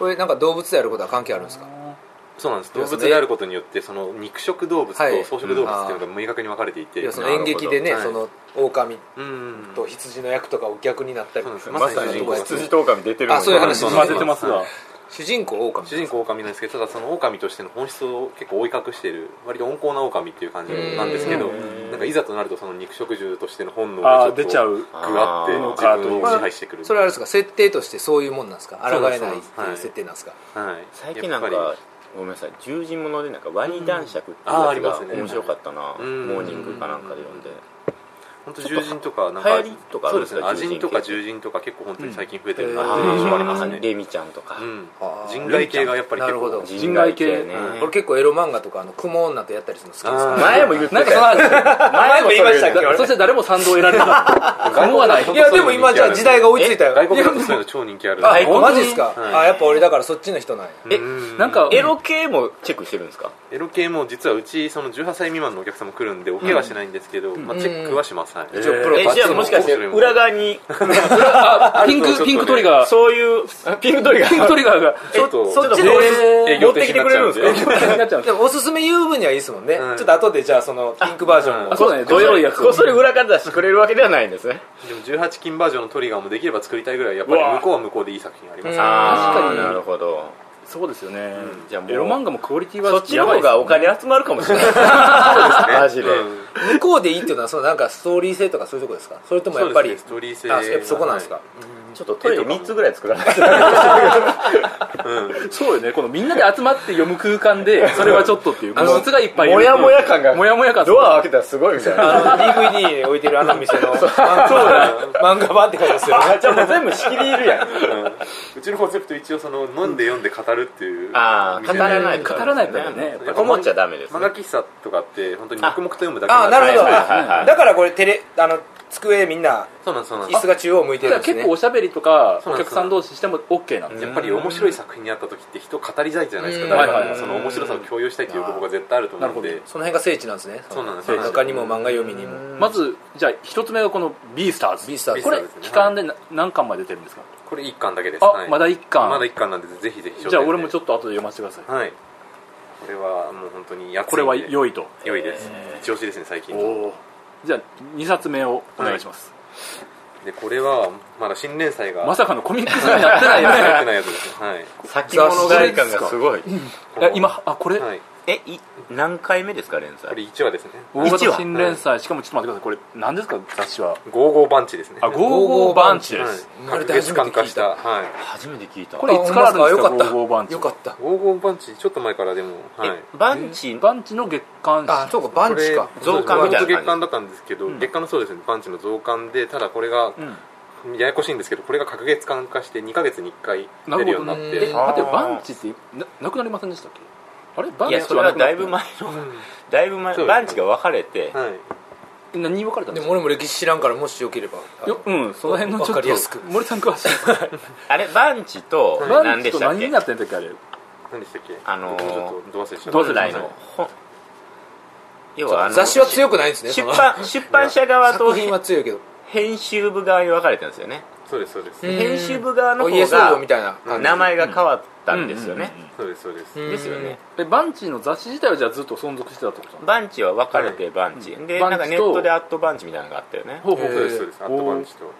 A: これなんか動物であることは関係あるんですか
D: そうなんです動物であることによってその肉食動物と
A: はい
D: 草食動物っていうのが明確に分かれていて、
A: いやその演劇でね
D: なる
A: そ
D: ほど
A: の狼
D: うん
A: と羊の役とかを逆になったり
D: そうなんですよ
E: ま
D: ま
E: さ
D: さに
E: に
D: 主人公
E: 羊と狼出てるの
A: あそういう話
D: そう
B: 混ぜてますわ、
D: はい
A: 主人公狼
D: 主人公狼なんですけどただその狼としての本質を結構覆い隠している割と温厚な狼っていう感じなんですけど
E: うん
D: なんかいざとなるとその肉食獣としての本能
B: あ
D: が
B: あ出ちゃう
D: グワって
E: あ
D: 自
B: ー
D: 分を支配してくる
A: それはあれですか設定としてそういうもんなんですか抗えないっていう設定なんですか
D: はい
E: 最近なん
D: やっぱ
E: かごめんなさい獣人ものでなんかワニ男爵っていう
D: うんあーあ
E: や
D: り
E: つ
D: ますね
E: が面白かったな、
D: うん
E: モーニングかなんかで読んで、
D: り本当獣人とか
E: 流
D: なんか
E: 行りとかあ
D: そ
E: る
D: うんで
E: です
D: す
E: か
D: ねアジンとか
E: 獣
D: 獣人とか結構本当に最近増えてる
A: 人
D: なっていう印象ありま
E: あ
D: す
E: ー
D: ね
E: レミちゃんとか、
D: うん
A: あー
D: 人外系がやっぱり
A: な
D: 結
A: るほ
D: 構
A: ど
E: 人外系ね
B: 人
D: 外系
A: 俺結構エロ漫画とかあの雲女とやったりするの好きですか
D: あ
E: 前も言ってた
B: なんかその
E: よ
B: 話
E: 前も言いましたっけ
B: そして誰も賛同を得られなかった思わない
A: らいやでも今じゃあ時代が追いついたよ
D: 外国だとそういうの超人気ある
A: あ
E: 外国
A: マジっすか
D: はい
A: あやっぱ俺だからそっちの人なんや
E: え
D: うん
B: なんか
E: エロ系もチェックしてるんですか
D: エロ系も実はうちその18歳未満のお客さんも来るんでおけはしないんですけど、まあ、チェックはします、はい
A: 一応プロ
E: え
A: と
E: じゃあもしかして裏側に
B: あピンクピンクトリガー
E: そういうピンク トリガー
B: ピンクトリガーが
D: ちょっと
A: そっちの
B: え
D: 営業停止になっちゃうんで
E: 持ってきてくれるん
B: 気になっちゃうんで
A: でもおすすめ言う分にはいいですもんね、
D: うん
A: ちょっと後でじゃあそのピンクバージョンも
B: あそうだねどよいやつ
E: こっそり裏から出してくれるわけではないんですね
D: でも18金バージョンのトリガーもできれば作りたいぐらいやっぱり
B: うわ
D: 向こうは向こうでいい作品あります
A: うん
E: あ
B: 確か
E: ー
B: に
E: なるほど
B: そうですよね
E: じゃあもう
B: エロ漫画もクオリティは
E: そっち
B: や
E: の
B: ばいで
E: 方
B: す
E: が
B: よ
E: お金集まるかもしれないマジで
D: うん
A: 向こうでいいっていうのはそのなんかストーリー性とかそういうとこですかそれともやっぱり
D: そうですねストーリー性
A: あやっぱそこなんですか、
D: は
E: ちょっとトイレ3つぐらい作らないと
B: そうよねこのみんなで集まって読む空間でそれはちょっとっていうこ
A: あの
B: のつがいっぱいいる
E: もやもや感が
B: もやもや感
E: ドアを開けたらすごいみたいな
A: あの DVD で置いてるあの店の漫画漫画版ってことですよね
E: あじゃあもう全部仕切りいるやん
D: うんうちのコンセプト一応その飲んで読んで語るっていう
E: ああ語らないと
B: 語らないとだねやっぱ
D: り
E: 思っちゃダメです
D: 漫
E: ね
D: 画喫茶とかって本当に黙々と読むだけ
A: ああなるほど
E: はいはいはい
A: だからこれテレあの机みんな
D: そうなんですそうなんで
A: 椅
D: す
A: 子が中央向いて
B: だ
A: る
B: から
A: んですね
B: 結構おしゃべりとか
D: そう
B: お
D: なんで
B: 客
D: す
B: さん同士しても OK なんです
D: やっぱり面白い作品にあった時って人語りたいじゃないです
A: う
D: か
A: ん
D: 誰か
B: はいはい
D: もその面白さを共有したいっていう欲望が絶対あると思うん
B: なる
D: で
A: その辺が聖地なんですね
D: そうなんで
A: の
D: すそうなんです
A: 他にも漫画読みにも
B: まずじゃあ一つ目がこの「ビースターズ」
A: ビースターズ
B: これ
D: ビースターズですね
B: 期間でな何巻まで出てるんですか
D: これ一巻だけです
B: あ、
D: はい
B: まだ1巻
D: まだ一巻なんでぜひぜひ
B: じゃあ俺もちょ
D: っ
B: っと後で読ませてください
D: とはいこれはもう本当に安いんで
B: これは良いと
D: 良いです一押しですね最近の
B: おおじゃあ2冊目をお願いします、
D: でこれはまだ新連載が
B: まさかのコミックスになってないよね
D: ないやつですねはい
E: 先物買い感がすごい
B: いや今あこれ、
D: はい
E: えい何回目ですか連
D: これ
E: 載
D: 一話ですね
B: 大
E: 一
B: 型
E: 話
B: 新連載しかもちょっと待ってくださいこれ何ですか雑誌は
D: ゴーゴーバンチですね
B: あ55バンチです、
D: はい隔月間化したはい
E: 初めて聞いた
B: これいつからあるんですか
A: あほま
B: ゴ
A: か
B: ーゴー
A: よか
B: バ
A: っ
B: ン
A: た
B: チ
A: よかった
D: 黄金パンチちょっと前からでも、はい、
E: えバンチ
B: バンチの月刊誌
A: あそうかバンチか
D: これ
E: 増刊みたいな感じ
D: 元々月刊だったんですけど、
B: うん
D: 月刊のそうですねパンチの増刊でただこれが
B: うん
D: ややこしいんですけどこれが隔月間化して2ヶ月に1回
B: な
D: 出
B: る
D: るよう
B: ほ
D: に
B: ど
D: なっ
B: ね
D: て
B: え
E: あー
B: 待ってバンチってななくなりませんでしたっけあれバン
E: い
B: チ
E: やそれはだいぶ前
D: う
E: の
D: ん
E: だいぶ前
D: そうですね
E: バンチが分かれて
D: はい
B: 何に分かれたんで
A: ですも
B: か
A: 俺も歴史知らんからもしよければあの
B: ようんその辺のちょっと
A: わかりやすく
B: 森さん詳しい
E: あれバンチと
B: バ
E: 何
B: ンチ
E: で
B: と
E: したっ
B: 何
E: け
B: になってんだっけあれ
D: 何でしたっけ
E: あのー
D: 僕もちょっとど忘れしちゃった
B: どうせ
E: 本来の本要はあの
A: 雑誌は強くないんですね
E: 出
A: その
E: 版出版社側と
A: 作品は強いけど
E: 編集部側に分かれてるんですよね
D: そうですそうです、
A: うん
E: 編集部側の
A: お家
E: 方
A: 騒動み
E: が
A: たいな感じ
E: 名前が変わったんですよ
B: う
E: ね
B: んうんうん
D: そうですそうです、
A: うん
E: ですよね
B: えバンチの雑誌自体はじゃあずっと存続してたってことなの
E: バンチは分かれてバンチでなん
B: バ
E: か
B: ンチと
E: ネットでアットバンチみたいなのがあったよね
B: ほう
A: ほう
D: そうですそうです
B: へー
D: アットバンチと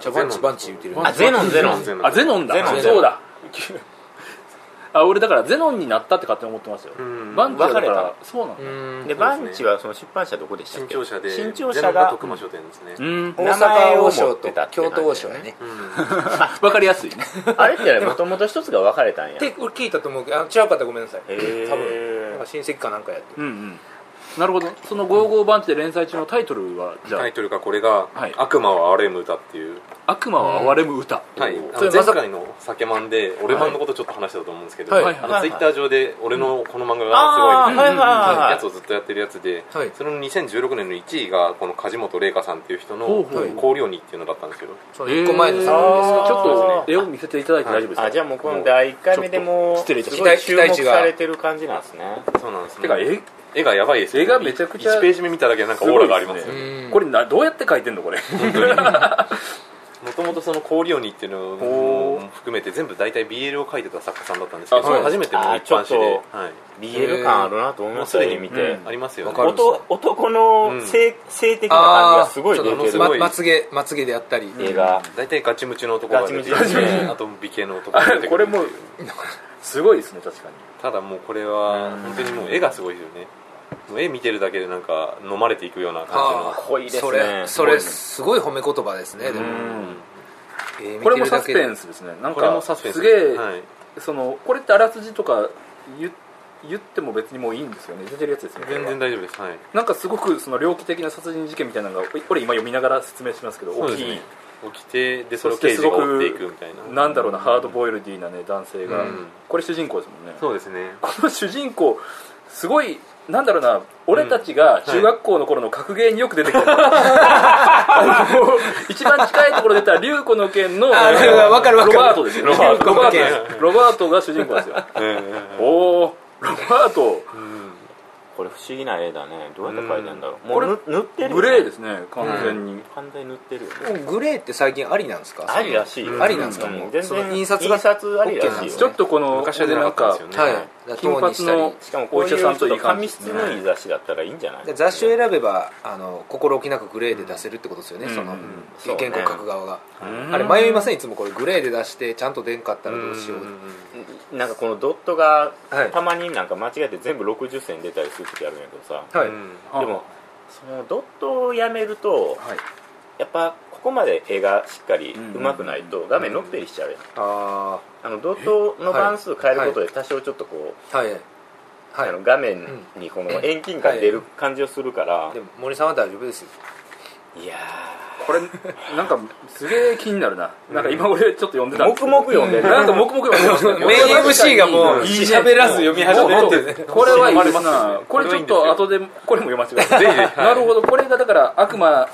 A: じゃあバンチバンチ言ってる
B: バ
E: あゼノンゼノン
D: ゼノン
B: あゼノンだ
E: ゼノ
A: ン
B: そうだ あ俺だからゼノンになったって勝手に思ってましたよ
D: うん
B: バンチはだか
E: 分かられ
B: そうなんだ
A: うん
E: で
D: そうですね
E: バンチはその出版社どこでしたっ
D: 新
E: け
D: 潮社で
E: 新潮
D: ゼノ
E: 社
D: ンが
E: が
D: 徳間書店ですね、
B: うん
A: 大阪王将
E: 名前を持って
A: と
E: たって
A: 京都王将やね
D: うん
B: 分かりやすい ね
E: あれってもともと一つが分かれたんや
A: っ
E: へ
A: て俺聞いたと思うけどあ違うかったらごめんなさい多分なん
E: え
A: か親戚かなんかやって
B: うんうんなるほどその「55バンチ」で連載中のタイトルはじゃあ
D: タイトルがこれが
B: はい
D: 「悪魔は RM 歌」っていう
B: 「悪魔は哀れむ歌」
D: はい、あ
A: それま
D: の前
A: さ
D: 回の「酒マン」で俺マンのことちょっと話したと思うんですけど、
A: はい
E: は
D: あの
E: い
D: ツイッター上で俺のこの漫画
E: あ
D: が
E: あ
D: す
E: ー
D: ご
E: はいいはいはいはい
D: やつをずっとやってるやつで、
A: はい
D: その2016年の1位がこの梶本玲香さんっていう人の
B: ほう
D: 「
B: ほう
D: 香料に」っていうのだったんですけど
A: その1個前の
B: え
A: 作品
B: ー
A: で
B: ち
A: す
B: ょっと絵を見せていただいて大丈夫ですか、
E: あじゃあもうこの第1回目でもう
B: 失礼いたし
E: す
A: ま
E: ご
A: した
E: い注目されてる感じなんですね
D: そうなんですね
B: てか絵
D: 絵がやばいですよ
B: 絵がめちゃくちゃ
D: 1ページ目見ただけでなんかオーラがあります
B: すごい
D: よ
B: で
A: うん
B: これなどうやって描いてんのこれ
D: もともとその「香料に」っていうの
B: ほ
D: も含めて全部大体 BL を描いてた作家さんだったんですけど
B: あそう
D: それ初めての一般誌
E: あちょ
D: で
E: っ、
D: はい、
E: BL 感あるなと思い
D: もう
E: ますす
D: で
E: ね
D: に
E: 見て
D: 見て、ありますよね
A: わかる
E: 男男の性,、性的な感じがすごい出
A: ちょ
E: て
A: っと
E: る
A: ままつげまつげであったり
E: 映画
D: 大体ガチムチの男が出て
E: ガチムチですね
D: あと美形の男が出てく
B: あ
D: る
B: これもうすごいですね確かに
D: ただもうこれは本当にもう絵がすごいですよねもう絵見てるだけでなんか飲まれていくような感
A: あ
E: 濃いですね
A: それそれすごい褒め言葉ですねでもえー見て
B: こ
A: るだけで
B: れもサスペンスですねなん
D: じのこれ
B: か
D: もサスペンス
B: すげえ、
D: はい、
B: そのこれってあらすじとか言言っても別にもういいんですよね出てるやつですねこれ
D: 全
B: は
D: 然大丈夫ですはい
B: なんかすごくその猟奇的な殺人事件みたいなのがこれ今読みながら説明しますけど
D: そう
B: 大
D: で
B: き
D: す
B: い、
D: ね起きてでそれを刑事が追っていくみたいな
B: なんだろうなハードボイルディーなね男性が、
D: うん
B: これ主人公ですもんね
D: そうですね
B: この主人公すごいなんだろうな俺たちが中学校の頃の格ゲーによく出 てくる、あの一番近いところで言ったら龍子の剣の
A: あーわかるわかる
B: ロバートですよロ
D: ロ
B: バ
D: バ
B: ー
D: ー
B: ト
D: ト
B: ロバートですロバートが主人公ですよ
D: うんうん
B: おおロバート
D: うん
E: これ不思議な絵だねどうやって描いてんだろう、
B: ん
E: も
B: こ
E: う
B: れ
E: ぬ塗ってるよね
B: グレーですね完全に、
E: 完全に塗ってるよね
A: もうグレーって最近ありなんですか
E: ありらしいよ
A: ありなんですか
E: う
A: もう
E: 全
A: その
E: 然
A: 印刷が
E: 印刷ありらしいよ
A: OK なんです
B: ちょっとこの
D: 昔は出なかったんですよね
A: は
D: はい
A: い
B: 金
A: 金
B: 髪
A: 髪の
B: の
E: しかもこういう
B: お医者
E: ち
B: さ
E: ょ
B: ん
E: っ
B: と
E: と
B: いい感
E: 紙
B: じ
E: 質のいい雑誌だったらいいんじゃない
A: 雑誌を選べばあの心置きなくグレーで出せるってことですよね、
B: うん
A: その
B: うん
E: そうね
A: 原稿書く側が、
B: うん
A: あれ迷いませんいつもこれグレーで出してちゃんと出んかったらどうしよう、
E: なんかこのドットが
A: はい
E: たまになんか間違えて全部60線出たりする時あるんやけどさ、
A: はい、
D: うん
E: でもそのドットをやめると
A: はい、
E: やっぱここまで絵がしっかり上手くないと画面のっぺりしちゃうやん、
A: あ
E: あのドットの番数変えることで多少ちょっとこう、
A: あはいはい
E: あの画面にこの遠近感出る感じをするから、
A: でも森さんは大丈夫ですよ
E: いや
B: ここれなんかすげえ気になるななんか今俺ちょっと読んでたんですけど
C: 黙々読んでる
B: なんか黙々読んでましたね
A: メイン MC がもう
B: いいね
A: 喋らず読み始めてるね
B: これはいいです
D: 読まれます
B: な
D: ね
B: これちょっと後でこれも読ませてください
D: ぜひぜひ
B: なるほどこれがだから悪魔ん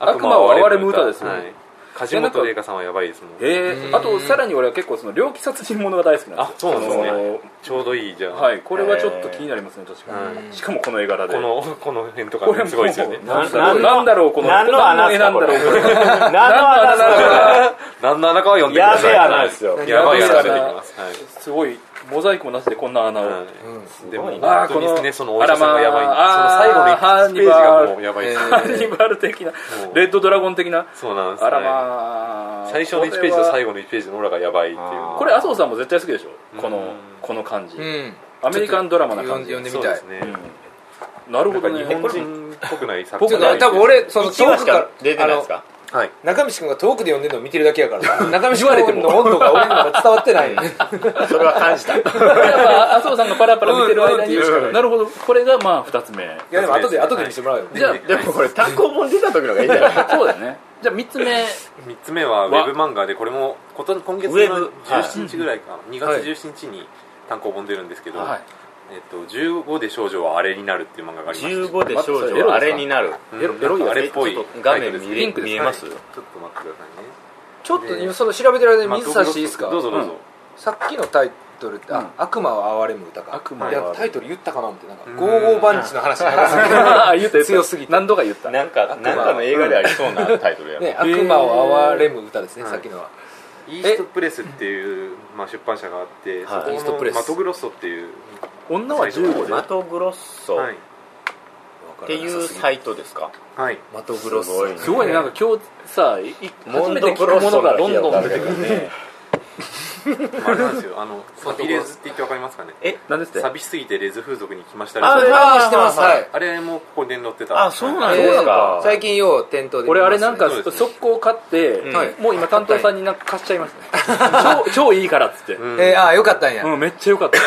B: 悪魔を憐れむ歌ですよ、
D: はい梶本玲香さんはやばいですもん
B: えーあとさらに俺は結構その猟奇殺人ものが大好きなん
D: あ
B: です
D: そうなんですね
B: あの
D: ちょうどいいじゃん、
B: はいこれはちょっと気になりますね確かに、
D: は
B: しかもこの絵柄で
D: この この辺と
B: これ
D: か
B: も
D: ねすごいですよね
B: なんだろ
C: 何
B: う
C: の
B: なんだろうこの
C: 何の穴
B: 絵
C: す
B: な
C: か
B: んだ
C: これ
B: ろうこ
C: 何
B: れ
C: の穴だか
D: 何の穴かは読んでく
C: や
D: だ
C: べ
D: さい
C: え穴ですよ
D: やばい
B: や
D: 穴が
B: べ
D: 出
B: え
D: て
B: 穴
D: きますはい
B: すごいモザイクもなしでこんな穴を、
D: うんでも
C: すごい
B: な
D: 本当にですねそのお医者さんがやばい
B: あーあー
D: その最後の1ページがもうやばいです
B: ハンニバル的な
D: う
B: レッドドラゴン的な
D: そうなんです
B: あら
D: ね
B: まあ
D: 最初の1ページと最
B: 後
D: 後の1ページのオラがやばいっていう
B: これ麻生さんも絶対好きでしょこ
D: うん
B: のこの感じ
A: うん
B: アメリカンドラマな
A: 読
B: 感
A: ん
B: じ
A: 読んでみ
D: そう
A: た
D: で
A: い
D: すね
B: うんなる
D: な
B: ほ
D: んか
B: ど
D: 日
B: ね
D: 本人っぽくない作
A: ちょ
D: 品
A: っと多分俺その
E: 1
A: 遠
E: 話し
A: くか
E: から出てないですか
D: あのはい
A: あの中道君が遠くで読んでるのを見てるだけやから 中道君の温度が俺には伝わって ない
E: それは 感じた
B: あ麻生さんがパラパラ見てる間に
A: うんうんっていうしかない
B: なるほどこれがまあ2つ目
A: いやでも後で後で見せてもらうよ
B: じゃあ
E: でもこれ単行本出た時のがいいんじゃない
B: そうだよねじゃあ3つ 目
D: 3つ目はウェブ漫画でこれもこと今月の
E: ウェブ
D: 17日ぐらいかな2月17日に単行本出るんですけど
B: はい
D: えっと15で少女はあれになるっていう漫画がありまして
E: 15で少女はあれになる
D: うん
B: エロエロいやつ
D: あれっぽい
E: ちょっと画面
D: タイトルです
E: 見
D: ね
E: れ
B: ピンクです
E: 見えます
D: はいちょっと待ってくださいね
A: ちょっと今その調べてる間に
D: まあ
A: 水差していいですか
D: どうぞどうぞ
A: さっきのタイトルって
B: うん
A: あ悪魔は憐れむ歌か
B: 悪魔は憐れ
A: い
B: む
A: やタイトル言ったかなってなんか
D: うん
A: ゴーゴーバンチの話長すぎて
B: ああ言った言った
A: 強すぎて
B: 何度か言った
E: なんかなんかの映画でありそうなタイトルや
A: ね、
E: ね
A: 悪魔を憐れむ歌ですね、
D: うん
A: さっきのは、
D: イーストプレスっていう、まあ、出版社があっ
E: は
D: て、
E: い
D: そこの
A: イーストプレス
D: マトグロッソっていう、
B: 女は15で
E: マトグロッソ
D: はい
E: っていうサイトですか
D: はい、
A: マトグロッ
E: すごい
A: ソ
E: ね
B: すごいねなんか今日さい
E: モ
B: 初
E: ン
B: めて
E: ド
B: 聞
E: グ
B: くも
E: ロッ
B: の
E: ソ
B: が
E: が
B: どんどん出てくる
E: るね
D: まあ、あれなんですよあのサビレズって言ってわかりますかね
E: え
B: 何ですって
D: 寂しすぎてレズ風俗に来ました
E: あ
D: レズ
A: ああしてます
E: はい
A: は
E: はい
A: い
D: あれもここに連載ってた
E: あそうなんん
A: で
E: ですす
A: か
E: か
A: 最近よう店頭で見
B: 俺
A: ますね
B: あれなんか
D: そうですね
B: 速攻買って、
E: うん
A: はい
B: もう今担当さんになんか貸しちゃいましたね超 超いいからっつって、
D: うん
A: えー、ああよかったんや、
B: うんめっちゃ良かった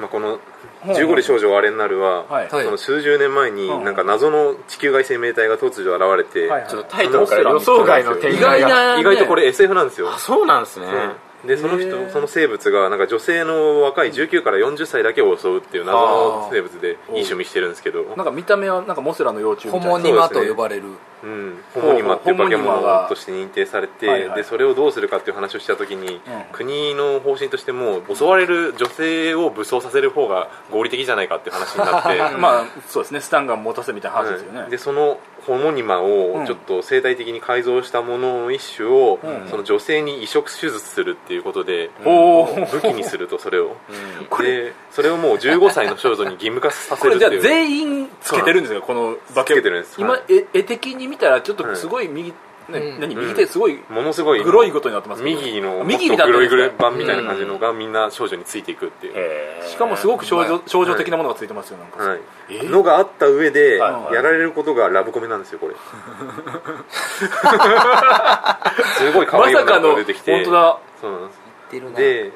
D: まあ、この「15で少女はあれになるは」
B: はい
A: はい
D: その数十年前に
B: うん
D: なんか謎の地球外生命体が突如現れて、
B: はいはい
E: ちょっとタイトルから予想外の展
B: 意外
E: 開が
B: な、ね、
D: 意外とこれ SF なんですよ
E: あそうなんですね
D: でその人その生物がなんか女性の若い19から40歳だけを襲うっていう謎の生物でいい趣味してるんですけど
B: なんか見た目はなんかモスラの幼虫み
A: ホ
B: たいな
A: モニマと呼ばれる、
D: うん、ホモニマっていう化け
B: ホモニマが
D: 物として認定されて、
B: はいはい
D: でそれをどうするかっていう話をした時に、国の方針としても襲われる女性を武装させる方が合理的じゃないかっていう話になって、
B: あまあそうですねスタンガン持たせみたいな話ですよね、
D: うんでそのホモニマをちょっと生態的に改造したものの一種を、
B: うん
D: その女性に移植手術するっていうことで、
B: おお
D: 武器にするとそれ
E: う
D: を、
E: ん
D: でそれをもう15歳の少女に義務化さ
B: こ
D: せる
B: れ
D: っ
B: じ
D: て
B: ゃあ
D: いう
B: 全員つけてるんですよこの化
D: つけてるんです
B: 今
D: はい
B: 絵絵的に見たらちょっとすごい右、ね
A: うん
B: 何
D: うん
B: 右手すごい
D: ものすごい
B: グロいことになってますけど
D: 右のもっ
B: 右
D: と
B: になって
D: グ
B: る
D: ロ
B: ん
D: い
B: です
D: グ
B: ね
D: ロい版みたいな感じのがみんな少女についていくっていう、
E: へー
B: しかもすごく少
A: う
B: 女
A: ん
B: 少女的なものがついてますよなんか、
D: はい
B: えー
D: のがあった上で
E: はいはい
D: やられることがラブコメなんです よこれすごい可
B: ま
D: 愛い
B: さか
D: 女
B: の
D: の
B: 本
D: 子が出てきて
B: 当だ
D: そうなんです
A: 出るな
D: で、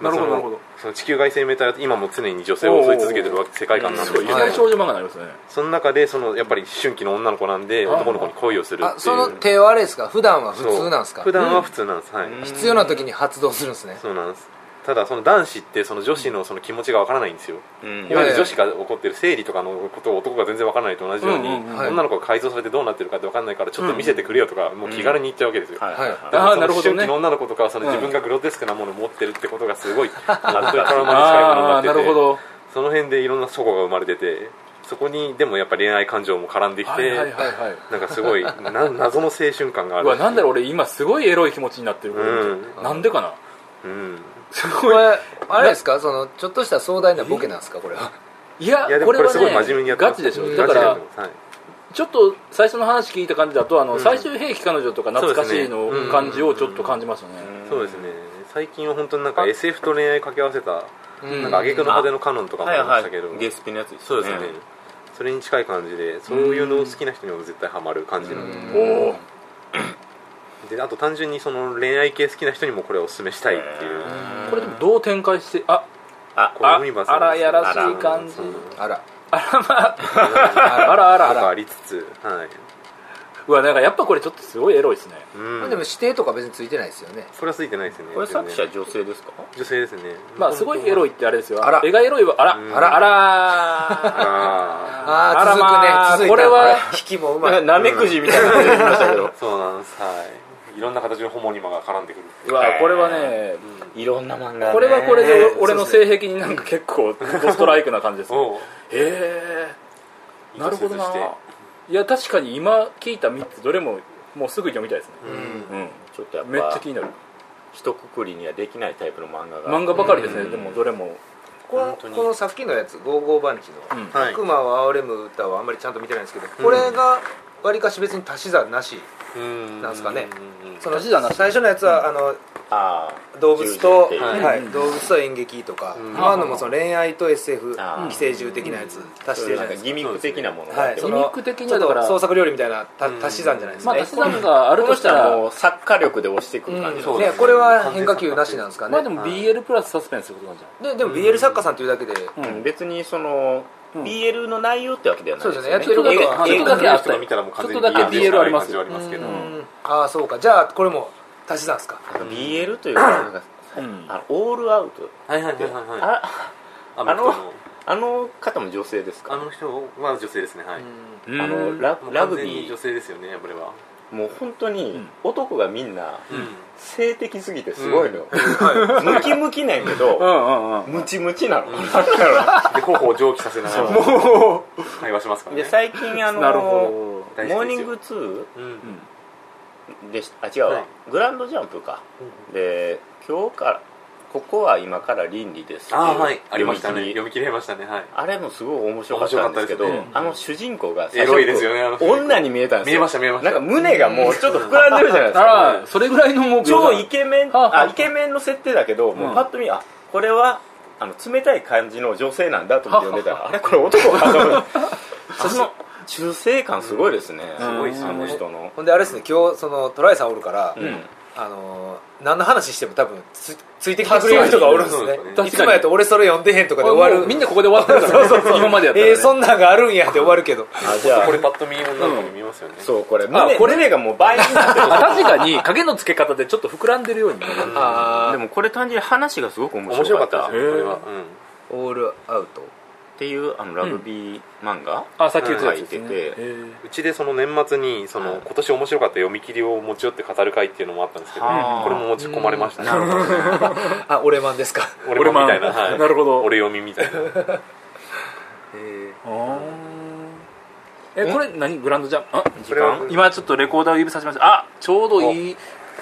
D: まあ
B: なるほどな
D: その
B: るほど
D: その地球外生命体は今も常に女性を襲い続けてるわけ世界観なんで
B: そういきなり少女漫画になりますね、
D: その中でそのやっぱり思春期の女の子なんで男の子に恋をするってい
A: あ
D: う
A: その手はあれですか普段は普通なんです
D: そ
A: か
D: う普段は普通なんです、はい
A: 必要な時に発動するんですね
D: そうなんですただその男子ってその女子のその気持ちがわからないんですよ、
E: うん
D: いわゆる女子が起こってる生理とかのことを男が全然わからないと同じように、
B: うんうん
A: うん
D: 女の子が改造されてどうなってるかってわかんないからちょっと見せてくれよとか、もう気軽に言っちゃうわけですよ、
E: はいはいはい
D: だから
B: あー
D: その
B: なるほどね
D: 思春期の女の子とかはその自分がグロテスクなものを持ってるってことがす ごい本当にトラウマに近いものにな
B: あ
D: っ
B: あ
D: て
B: なるほ
D: て
B: ど
D: その辺でいろんな祖母が生まれててそこにでもやっぱ恋愛感情も絡んでき
B: は
D: て、
B: いはいはいはい、
D: なんか すごいな謎の青春感があ
B: う
D: る
B: わなんだろう俺今すごいエロい気持ちになってる、
D: うん
B: なんでかな
D: うん
B: す
A: こ
B: ごい
A: れあれですかそのちょっとした壮大なボケなんですかこれはい
B: や
D: いやで
B: こ
D: もこ
B: れは
D: れすごい
B: ね
D: 真面目にやってま
B: ガ
D: す
B: チでしょ
A: うん
B: だか
D: ガ
B: ら
D: チでやってますはい
B: ちょっと最初の話聞いた感じだとあの、
D: うん
B: 最終兵器彼女とか懐かしい
D: そうです
B: の
D: ね
B: 感じをちょっと感じますよね
D: そうですね最近は本当になんか SF と恋愛掛け合わせた
A: うん
D: なんか挙句の果てのカノンとかもありま
E: は
D: し
E: い
D: たけど、
E: はいゲスピのやつですね
D: そうですね、それに近い感じでそういうのを好きな人にも絶対ハマる感じなんで,、
B: おお
D: であと単純にその恋愛系好きな人にもこれをおすすめしたいっていう、
B: これでもどう展開してあ
E: あ
D: これ
B: あ
D: 海馬さん
B: あらやらしい感じ
D: そう
A: あら
B: あらあらあ
A: あ
B: ら
D: なん
A: ら
D: かありつつ、はい、
B: うわなんかやっぱこれちょっとすごいエロいですね
D: うん
A: でも指定とか別についてないですよね
D: それはついてないですね
E: これ作者
D: 全
E: 女性ですか
D: 然女性ですね
B: まあすごいエロいってあれですよ
A: あら
B: 絵がエロいはあら
D: うん
B: あらあ
D: あ
B: ら
D: ら
A: あ
B: あ
A: あ
B: ら
A: 続くね、
B: まあ
A: 続いた
B: これは
A: あ引きもう まい
E: なめくじみたいな感じでましたけど
D: そうなんですはいいろんな形のホモニマが絡んでくる
B: うわこれはね
E: いろんな漫画
B: これはこれで俺の性癖になんか結構ドストライクな感じですね
D: を
B: へえなるほどな
D: 一つずつして
B: いや確かに今聞いた3つどれももうすぐ読みたいですね
D: うん
B: うん
E: ちょっとやっ
B: めっちゃ
E: ぱ
B: 気になる
E: 一括りにはできないタイプの漫画が
B: 漫画ばかりですねでもどれも
A: この
D: 本当に
A: このさっきのやつ「ゴーゴーバンチ」の
B: うん
A: 「
D: はい
A: 悪魔を憐れむ歌」はあんまりちゃんと見てないんですけどこれがわりかし別に足し算なし
D: うん
A: なんすかね
D: うんうん
A: その最初のやつはあの
E: あ
A: 動物と、
E: 獣人
A: は
D: はいい
A: 動物と演劇とか、
D: うん
A: 今のもその恋愛と SF
E: あー
A: 寄生獣的なやつ足してるじゃ
E: あなん
A: な
E: か
A: いですか
E: ギミック的なものがあ
A: は
E: っ
A: い、
E: て
A: そ
B: ギミ
A: の
B: ック的に
A: ちょ
B: は
A: っ
B: だから
A: と創作料理みたいなた
D: うん
A: 足し算じゃないです
B: ま
A: か、
B: あ足し算があるとしたら
E: もう作家力で押してく
A: う
E: る感
A: ん
E: じ、
D: そう
A: ね
D: ですね
A: これは変化球なしなんですかね、
B: まあでも BL プラスサスペンスってことなんじゃ
A: ででも BL 作家さんというだけで、
B: ない
E: うん別にその、
B: うん
E: BL の内容ってわけではないですよね
A: そうですよねやってることは
E: 映
B: ちょっと
E: 画
B: だけあった
D: 人が
B: よ
D: 見たらもう完全に
B: ちょっとだけ BL あります
D: 感じはありますけど
A: うんああそうかじゃあこれも足し算ですか
E: なんか BL というかなんか
B: うん
E: あのオールアウト
D: はいはいはいはいはい
E: あ
D: あの人の
E: あの方も女性ですか
D: あの人は女性ですねはい
A: うん
E: あのラ
D: もう
E: ラ
D: 完
E: グ
D: 全
E: ビ
D: に女
E: ー
D: 性ですよねこれは
E: もう本当
B: う
E: に
B: ん
E: 男がみんな
D: うん
E: 性的すぎてすごいのよ、
A: は
E: ムキムキなんやけ
B: う
E: ど
B: んうんうん
E: ムチムチなの、
D: で頬を蒸気させながら
E: も
D: 会話しますか
E: う
D: ら
E: で
D: ね
E: 最近あの
B: なるほ
D: ど
E: モーニング2
D: うん
E: でしあ違うわ、
D: はい
E: グランドジャンプかで今日からここは今から倫理ですっていう
D: あーはいありました
E: 読
D: ね
E: み切
D: 読み切れましたねはい
E: あれもすごい面白かったんですけど
D: 面白かったですね
E: あの主人公が
D: エロいですよねあの主人公
E: 女に見えたんですよ
D: 見えました見えました
E: なんか胸がもうちょっと膨らんでるじゃないです
B: あ
E: から
B: それぐらいのもう
E: 超イケメン
B: はあはあ
E: あイケメンの設定だけどもうパッと見あこれはあの冷たい感じの女性なんだと思って読んでたらあれこれ男かと 思ってその中性感すごいですね
D: すごいです
E: あ
D: よ
E: の
D: ね
E: 人の
A: い、ほんであれですね今日そのトライさんおるから、
E: うん
A: あのー何の話しても多分つついてきてくれる人がおるんですね
D: そうです
B: ね
A: いつもやと俺それ読んでへんとかで終わ
B: 終わ
A: る
B: るみんなここで終わってるからね今までやったらね
A: えー、そんなんがあるんやって終わるけど
E: あじゃあ
D: これパッと見女の子に見えますよね
E: そうこれ
B: あ
E: 胸
B: これ
E: 胸がもう倍になってる
B: あ確かに影の付け方でちょっと膨らんでるように見える
A: あ
E: でもこれ単純に話がすごく面
D: 面
E: 白
D: 白
E: か
D: か
E: っ
D: ったたですねこれはうん
A: ーオールアウト
E: っていうあのラグビー漫画
B: あさっき言ってた
E: 書
B: や
E: い
B: つ
E: て
B: ですね
E: て、
D: うちでその年末にそ
E: はい
D: の今年面白かった読み切りを持ち寄って語る会っていうのもあったんですけどこ
E: はあ
D: れも持ち込まれましたね
E: なるほどね
A: あ俺マンですか
D: 俺もみたいな
B: 俺マン
D: はい
B: なるほど
D: 俺読みみたいな
B: えこれ何グランドジャンプあ
D: それは
B: 今ちょっとレコーダーを指さしましたあちょうどいい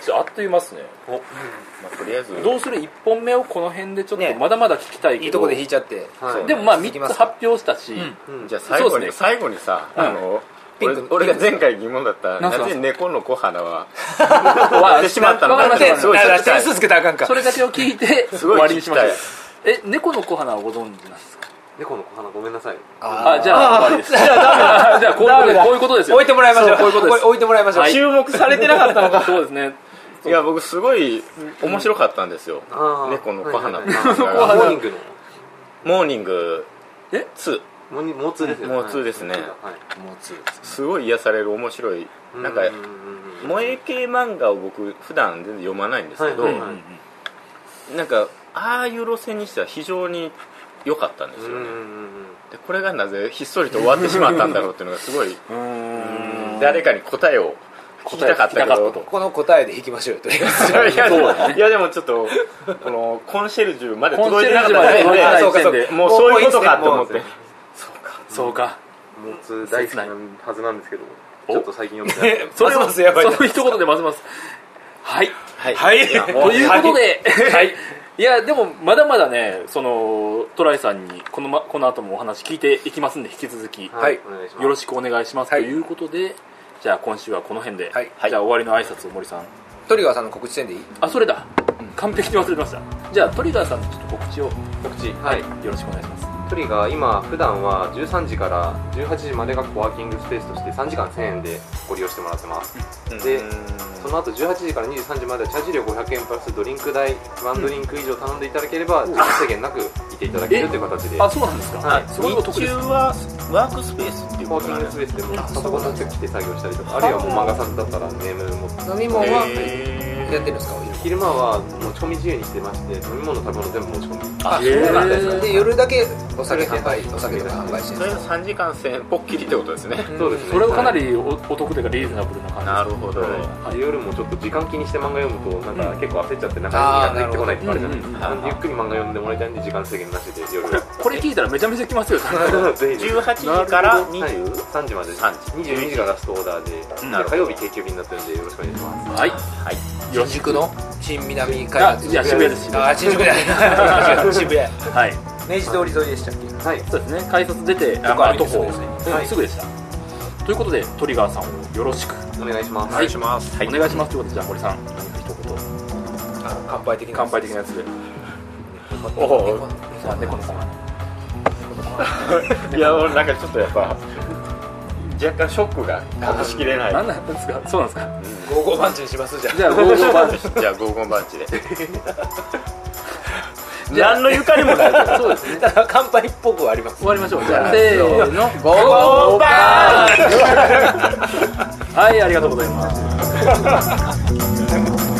B: ちょあっと言いますね
E: まあとりあえず
B: どうする1本目をこの辺でちょっと
A: ね
B: まだまだ聞きたいけど
A: いいとこで引いちゃって
D: はい
B: でもまあ
A: 続き
B: 3
A: ま
B: つ
A: すか
B: 発表したし、
D: うん
E: じゃあ最後
B: そう
E: に、
B: ですね
E: 最後にさ、
B: うん
E: あの
A: ピンク
E: 俺俺が前回疑問だった
B: なんす
E: な
B: か
E: ぜ猫の小鼻は
B: わ
E: やってしまったの
B: わかりました
E: なんかすごい
A: だから
E: 聞きた
A: 点
E: い
A: 数つけたらあかんか
B: それだけを聞いて
E: す
B: 終
E: ごい
B: わりにしましょう
E: 聞き
B: え猫の小花をご存知なんですか
D: 猫の小鼻ごめんなさい
B: あじゃあ終わり ですじゃあじゃあこういうことこういうことですよ
A: 置いてもらいましょう
B: そうこういうことです
A: 置いてもらいましょう、
B: はい
E: 注目されてなかったのか
B: そうですね
E: いや僕すごい面白かったんですよ、
D: あー
E: 猫の小鼻
D: はい
E: の
D: はいはい
E: 漫画
D: モ
E: が
D: ーニングの
E: モーニング
B: え
E: 2
D: モニモーツーですよね
E: モーツーですね
D: はい
E: すごい癒される面白いなんか
D: ううん
E: 萌え系漫画を僕普段全然読まないんですけど、
D: はい
B: うん
D: はい
E: なんかああいう路線にしては非常に良かったんです
D: う
E: よ
D: ん
E: ね、
D: うん
E: でこれがなぜひっそりと終わってしまったんだろうっていうのがすごい誰かに答えを聞きたかったけ
B: 答えを聞
E: ど
B: きたか っ
A: この答えで引きましょうよとりあえず
E: いやいやでもちょっとこのコンシェルジュまで
B: コン
E: 届い
B: シェ
E: てな
B: ル
E: かっ
B: ジュま
E: た
B: で届いて
E: ん
B: ない
A: そ
E: で
A: うかそうか
E: もうそういうことかと思って
A: もう
B: そうか
D: モーツー大好きなはずなんですけどちょっと最近読んでない
A: えそれはやばい
B: そ
A: な
B: の一言でまずますはい
E: はい、
A: はい
E: やも
B: と
E: う
B: いうことで、はい、いやでもまだまだねそのトライさんにこの,、ま、この後もお話聞いていきますんで引き続き、
D: はいお願いします
B: よろしくお願いします、
A: はい
B: ということでじゃあ今週はこの辺で、
A: はい
B: じゃあ終わりの挨拶を森さん
A: トリガーさんの告知点でいい
B: あそれだ、完璧に忘れてましたじゃあトリガーさんのちょっと告知を
D: 告知はい
B: よろしくお願いします
D: トリが今普段は13時から18時までがワーキングスペースとして3時間1000円でご利用してもらってます、でその後18時から23時まではチャージ料500円プラスドリンク代ワンドリンク以上頼んでいただければ時間制限なくいていただけるという形で
B: あそうなんですか、
D: はい
B: すごいお得
E: 日
B: で
E: 中
B: す
E: はワークスペースっていう
D: コ
E: こ
D: ー
E: と
D: キ
E: なん
D: ング
E: で
D: ス
E: す
D: ペースでもパソコン持ってきて作業したりとかあるいはもう漫画さんだったらネーム持って
A: 飲み物は
E: へ
A: やってるんですかお昼
D: 昼間は持ち込み自由にしてまして飲み物食べ物全部持ち込み
A: あ
B: へー
A: そうなんですねで夜だけお酒販売お酒とか販売して
E: そ
A: るん
E: れ
A: です
E: が3時間1000円ポッキリってことですね
D: そうですね
B: それはかなりおお得というかリーズナブルな感じです
E: なるほど
D: で夜もちょっと時間気にして漫画読むとなんか結構焦っちゃってな
A: あ
D: か
A: ー
D: なかやってこないとかあるじゃないです
B: な
D: かなんでゆっくり漫画読んでもらいたいんで時間制限なしで 夜
B: これ聞いたらめちゃめちゃ来ますよ
D: ぜひ
E: 18時から
D: はい
E: 20
D: 3時までです
E: 3時
D: 22時がラストオーダーで
E: なるほど
D: 火曜日定休日になってるんでよろしくお願いします
B: はい
A: 新宿の新南海
B: あ
A: 岸
B: いや渋谷です渋谷
A: あ新宿じゃ ない渋谷
B: はい
A: 明治通り沿いでしたっけ
D: はい
B: そうですね改札出てあ
A: こは
B: あと
A: すぐ
B: 歩
A: ですね
B: うんすぐでしたということでトリガーさんをよろしく
D: お願いします
B: お願いしますお願いしますということでじゃあ森さん何か一言
A: あの乾杯的な
B: 乾杯的なやつで
A: お
B: おお
A: お
B: 猫のさん
E: いや俺なんかちょっとやっぱ若干ショックが隠しきれない
B: 何なんですかそうなんですか
A: ゴーゴーパンチにしますじゃん
B: じゃあゴーゴーバー
E: じゃあ合コンバンチで
B: じゃあ
E: 何のゆかりもないけど
B: そうですね
A: ただ乾杯っぽくはあり ます
B: 終わりましょうじゃあせーの
A: ゴーゴーパンチ
B: はいありがとうございます